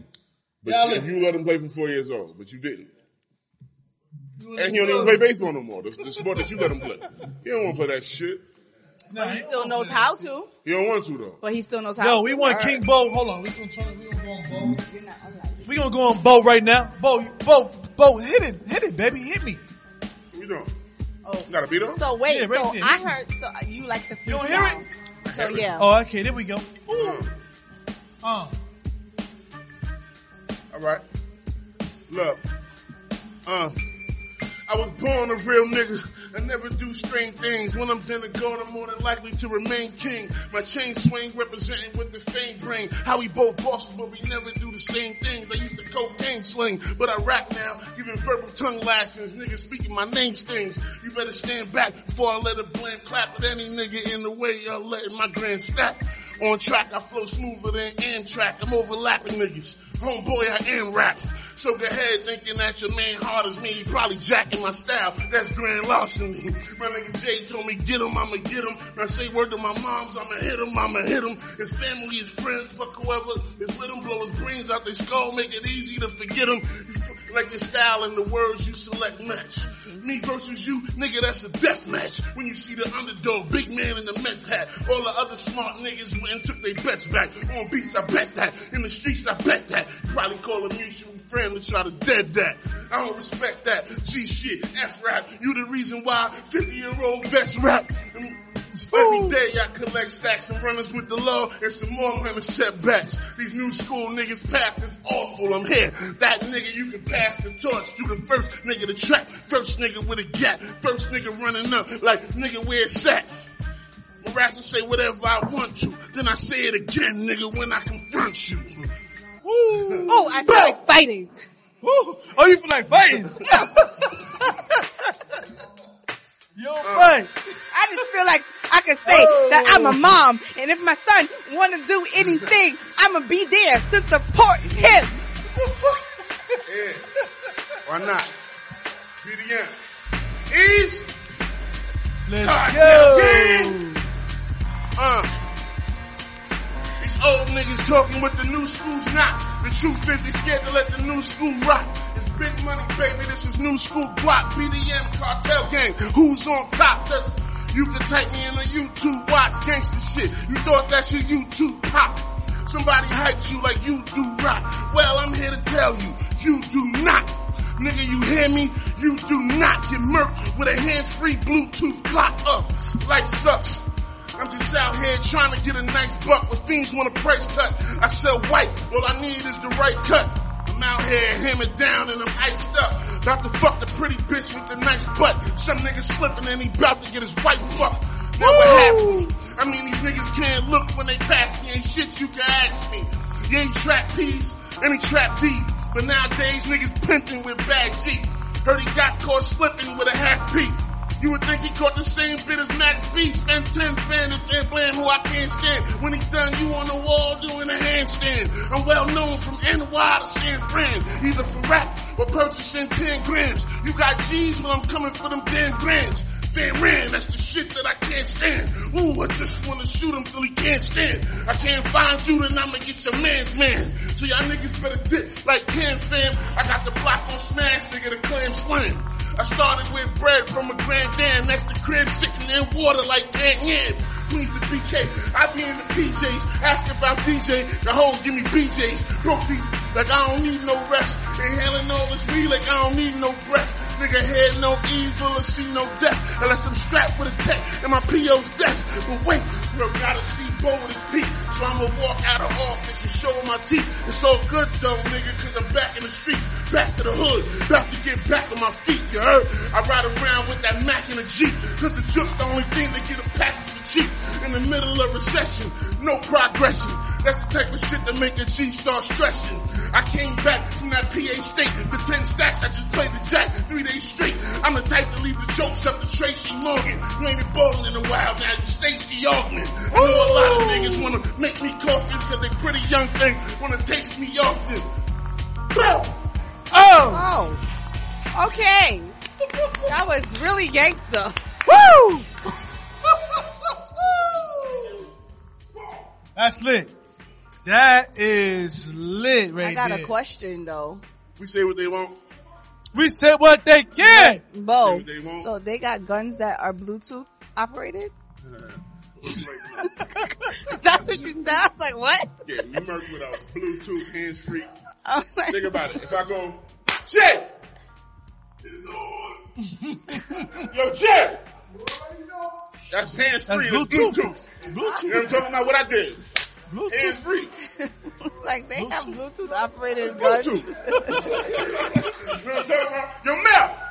S4: But
S2: Y'all
S4: if
S2: listen.
S4: you let him play from four years old, but you didn't. And he don't even play baseball no more. The, the sport that you let him play. He don't want to play that shit.
S2: Nah,
S3: He still knows how to,
S4: He don't want to though.
S3: but he still knows how
S2: Yo,
S3: to.
S2: we want King Bo. Hold on, we gonna turn. We gonna go on Bo.
S3: You're not unlike-
S2: We gonna go on Bo right now. Bo, Bo, Bo, hit it, hit it, baby, hit me.
S4: We don't.
S3: Oh.
S4: Gotta beat him.
S3: So wait,
S2: Yeah, right
S3: so
S2: there.
S3: I heard, so you like to freestyle.
S2: You don't hear it?
S3: So yeah.
S2: Oh, okay, there we go. Ooh.
S4: Uh-huh.
S2: Uh,
S4: All right. Look. Uh, I was born a real nigga. I never do strange things. When I'm done to go, I'm more than likely to remain king. My chain swing representing what the fame bring. How we both bosses, but we never do the same things. I used to cocaine sling, but I rap now, giving verbal tongue lashings. Niggas speaking my name stings. You better stand back before I let a bland clap at any nigga in the way. Y'all letting my grand snap. On track, I flow smoother than Amtrak. I'm overlapping niggas. Homeboy, I am rap. So go ahead thinking that your man hard as me. You probably jacking my style. That's grand larceny. My nigga Jay told me get him, I'ma get him. And I say word to my moms, I'ma hit him, I'ma hit him. His family, his friends, fuck whoever. Just let him blow his brains out their skull. Make it easy to forget him. You f- Like your style and the words you select match. Me versus you, nigga, that's a death match. When you see the underdog, big man in the Mets hat. All the other smart niggas went and took their bets back. On beats, I bet that. In the streets, I bet that. Probably call a mutual friend to try to dead that. I don't respect that. G shit, F rap. You the reason why 50 year old vets rap. And Every day I collect stacks and runners with the law and some more runner setbacks. These new school niggas past is awful. I'm here. That nigga you can pass the torch to the first nigga to track. First nigga with a gap. First nigga running up like nigga where it's at. Rats say whatever I want to. Then I say it again, nigga, when I confront you. Woo.
S3: Oh, I feel like fighting.
S2: woo. Oh, you feel like fighting? Yo, fight.
S3: I just feel like I can say that
S2: Oh.
S3: I'm a mom, and if my son want to do anything, I'ma be there to support him.
S4: Yeah. Why not? BDM. East.
S2: Let's
S4: Cartel
S2: go.
S4: King. Uh. These old niggas talking what the new school's not. The truth is they scared to let the new school rock. It's big money, baby. This is new school block. BDM cartel gang. Who's on top? That's, you can type me in the YouTube watch gangster shit. You thought that's your YouTube pop. Somebody hyped you like you do rock. Well, I'm here to tell you, you do not. Nigga, you hear me? You do not get murked with a hands-free Bluetooth clock up. Life sucks. I'm just out here trying to get a nice buck, but fiends want a price cut. I sell white, all I need is the right cut. I'm out here hammered down and I'm iced up. About to fuck the pretty bitch with the nice butt. Some nigga slipping and he bout to get his wife fucked. Now what happened? I mean, these niggas can't look when they pass me. Ain't shit you can ask me. You ain't trap P's and he trap D. But nowadays, niggas pimping with bad G. Heard he got caught slipping with a half P. You would think he caught the same bit as Max B. Spent 10 fan and then blam who I can't stand. When he done, you on the wall doing a handstand. I'm well known from NY to San Fran. Either for rap or purchasing 10 grams. You got G's when I'm coming for them 10 grams. Van Ran, that's the shit that I can't stand. Ooh, I just wanna shoot him till he can't stand. I can't find you, then I'ma get your man's man. So y'all niggas better dip like Cam fam. I got the block on smash, nigga, the clam slam. I started with bread from a grand dam. That's the crib sitting in water like Dan Yams. Queens to BK, I be in the PJs. Ask about DJ, the hoes give me BJs. Broke these like I don't need no rest. Inhaling all this weed like I don't need no breath. Nigga had no evil or see no death unless I'm strapped with a tech and my PO's death. But wait, bro, gotta see bold his teeth. So I'ma walk out of office and show my teeth. It's all good though, nigga, cause I'm back in the streets, back to the hood, about to get back on my feet, you heard? I ride around with that Mac in a Jeep, cause the joke's the only thing that get a package for cheap. In the middle of recession, no progression. That's the type of shit that make a G start stressing. I came back from that PA state to 10 stacks. I just played the jack three days straight. I'm the type to leave the jokes up to Tracy Morgan. You ain't been balling in a while now. You Stacy Augman. I know a lot of niggas wanna make me coffins cause they pretty young thing wanna taste me often. Boom!
S2: Oh,
S3: Oh, okay. That was really gangster.
S2: woo. That's lit. That is lit right
S3: I got
S2: there.
S3: a question though.
S4: We say what they want.
S2: We said what they can.
S3: Bo,
S4: what they want.
S3: so they got guns that are Bluetooth operated? That's what you said. I was like, what?
S4: yeah, you murk without Bluetooth, hands free.
S3: I was like,
S4: Think about it. If I go, shit! It's on. Yo, Jim! That's hands free. That's Bluetooth.
S2: Bluetooth.
S4: You know what I'm talking about? What I did.
S2: Bluetooth.
S4: Hands free.
S3: like they have Bluetooth operated guns.
S4: Bluetooth. you know what I'm talking about? Your mouth.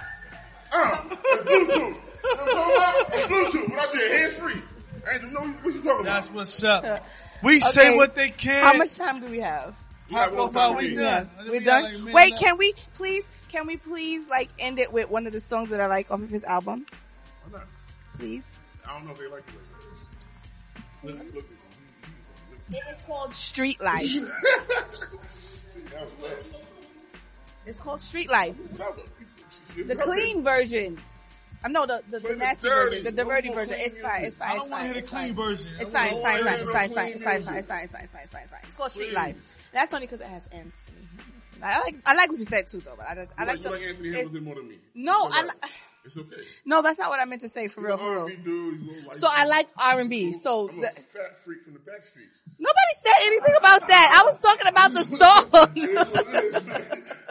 S4: Uh, it's Bluetooth. You know what I'm talking about? It's Bluetooth. What I did, hands free. I ain't know what you talking about.
S2: That's what's up. We say what they can.
S3: How much time do we have?
S4: You got one
S2: Well,
S4: time
S2: we
S4: to
S2: done.
S3: We're
S2: got
S3: done.
S2: like a minute
S3: Wait,
S2: left.
S3: can we please? Can we please like end it with one of the songs that I like off of his album,
S4: Why not?
S3: please?
S4: I don't know if they like it. Like that. Look, look,
S3: It is called Street Life.
S4: look, that was loud.
S3: It's called Street Life,
S4: That was-
S3: the clean version. I know the the, the
S4: But it's
S3: nasty
S4: dirty.
S3: version, the, the
S4: No
S3: dirty
S4: more
S3: version.
S4: clean
S3: It's fine. It's fine.
S2: I
S3: It's
S2: don't want to
S3: fine.
S2: hear the
S3: It's fine.
S2: clean version.
S3: It's
S2: I
S3: fine,
S2: don't wanna
S3: it's fine, it's fine,
S2: hear
S3: it's
S2: no
S3: fine, it's fine,
S2: clean music.
S3: it's fine, it's fine, it's fine, it's fine, it's fine, it's fine, it's fine. It's called Street
S4: Please.
S3: Life. That's only because it has M. I like, I like what you said too, though. But I, just- I
S4: You
S3: like
S4: like, you
S3: the.
S4: like Anthony
S3: it's-
S4: Hamilton more than me.
S3: No,
S4: It's
S3: I
S4: alright.
S3: li-
S4: It's okay.
S3: no, that's not what I meant to say. For real, for
S4: R&B
S3: real.
S4: dude, he's a little white
S3: So I
S4: dude.
S3: like R and B. So
S4: I'm a
S3: the-
S4: fat freak from the back streets.
S3: nobody said anything about that. I was talking about the song.
S4: That's what it is.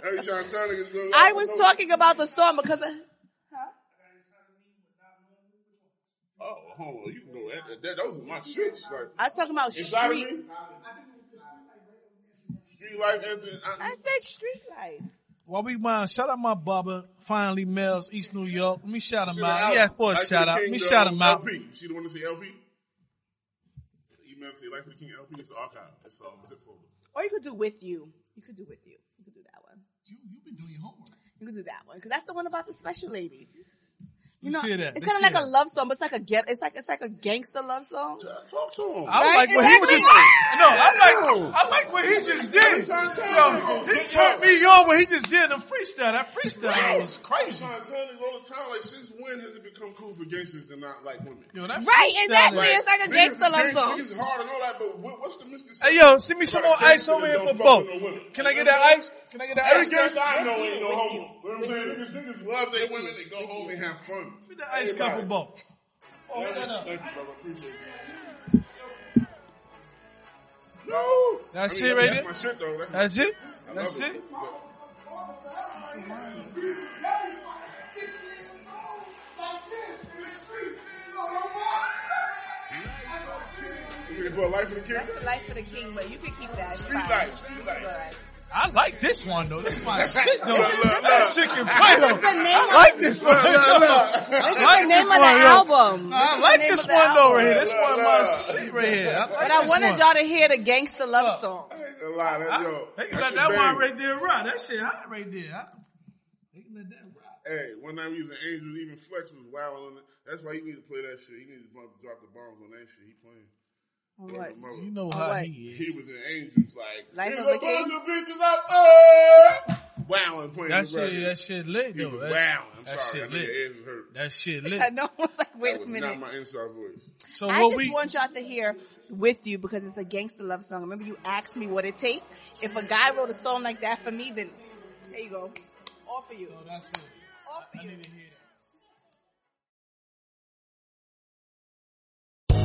S4: Every time Sonic is going,
S3: I was
S4: oh,
S3: talking about the song because
S4: Oh, hold on, you can go. That, that, that, those are my shits. Like
S3: I was talking about
S4: inside of
S3: street.
S4: me. Street life, Anthony. I,
S3: I said street life.
S2: While we mind, shout out my barber, finally Mel's East New York. Let me shout him
S4: Shout
S2: out. uh,
S4: out.
S2: Yeah, for a
S4: Life
S2: shout
S4: the
S2: out.
S4: King,
S2: Let me
S4: the,
S2: shout
S4: um,
S2: him out.
S4: LP. You see the one that say LP? Email say Life of the King LP. It's an archive. It's um, zip folder.
S3: Or you could do with you. You could do with you. You could do that one.
S2: You, you've been doing your homework.
S3: You could do that one because that's the one about the special lady. You
S2: Let's
S3: know,
S2: hear that. Let's
S3: it's kind of
S2: hear
S3: like a
S2: that.
S3: love song, but it's like a get. It's like it's like a gangster love song.
S4: Talk to him.
S2: I
S3: Right,
S2: like what he was
S3: exactly.
S2: just. No, I like I like what he just did. Yo, he turned me on what he just did in the freestyle. That freestyle was crazy.
S4: I'm telling you all the time, like since when has it become cool for gangsters to not like women?
S2: Yo, that
S3: Right,
S2: freestyle
S3: exactly.
S2: is-
S3: It's like a
S4: Niggas is
S3: gangster love
S4: gangsta,
S3: song.
S4: Niggas is hard and all that, but what, what's the misconception?
S2: Hey yo, send me some
S4: Right,
S2: more ice
S4: gangsta
S2: over here
S4: don't
S2: for
S4: fuck
S2: Bo.
S4: with no women.
S2: Can I get that ice? Can I get that
S4: Every
S2: ice?
S4: gangster
S2: cup?
S4: I know ain't no homo. You know what I'm saying? Niggas, niggas love their women. They go home and have fun.
S2: Give me the ice cup for Bo.
S4: Thank you,
S2: no, no.
S4: brother. Appreciate you. No.
S2: That's
S4: I mean,
S2: it right
S4: that's
S2: there.
S4: my shit, though. That's, my
S2: That's it.
S4: I
S2: That's
S4: love
S2: it.
S4: You put life in the
S3: That's
S4: kid?
S3: the life of the king, but you could keep that. It's
S4: Street
S3: fine.
S4: life, street life.
S2: I like this one though. This is my shit though.
S4: Look, look,
S2: That shit can play
S3: This is the
S2: though.
S3: name
S2: I
S3: of-
S2: like this one. I
S3: This is the name of the
S2: yo.
S3: album. This
S2: I
S3: is the
S2: like
S3: name
S2: this
S3: of the
S2: one though
S3: album.
S2: right here. This
S4: Look,
S2: one my
S4: look.
S2: shit right here. I like
S3: But I
S2: this
S3: wanted
S2: one.
S3: y'all to hear the gangster love song.
S4: I ain't gonna lie, that, yo.
S2: They can
S4: that
S2: let
S4: shit
S2: that
S4: bang.
S2: one right there run. That shit hot right there. I- They can let that run.
S4: Hey, one time using Angels, even Flex was wild on it. That's why you need to play that shit. You need to bump, drop the bombs on that shit. He playing.
S3: What?
S4: Mother.
S2: You know
S3: Oh,
S2: how
S3: wait.
S2: he is.
S4: He was in Angels, like,
S3: Life
S4: Life
S3: of
S4: he's
S3: the
S4: a bunch
S3: King?
S4: of bitches uh." out there. Wow, and playing
S2: That
S4: the
S2: shit,
S4: record.
S2: that shit lit
S4: He
S2: though.
S4: was
S2: That
S4: wow.
S2: shit-
S4: I'm
S2: that
S4: sorry, I
S2: shit
S4: know
S2: lit.
S4: your ass is hurt.
S2: That shit lit.
S3: And no one's like, wait
S4: That
S3: a
S4: was
S3: minute.
S4: not my inside voice.
S2: So
S3: I
S2: what
S3: just
S2: we
S3: want y'all to hear with you because it's a gangster love song. Remember you asked me what it take? If a guy wrote a song like that for me, then there you go. All for you.
S2: that's
S3: All for you.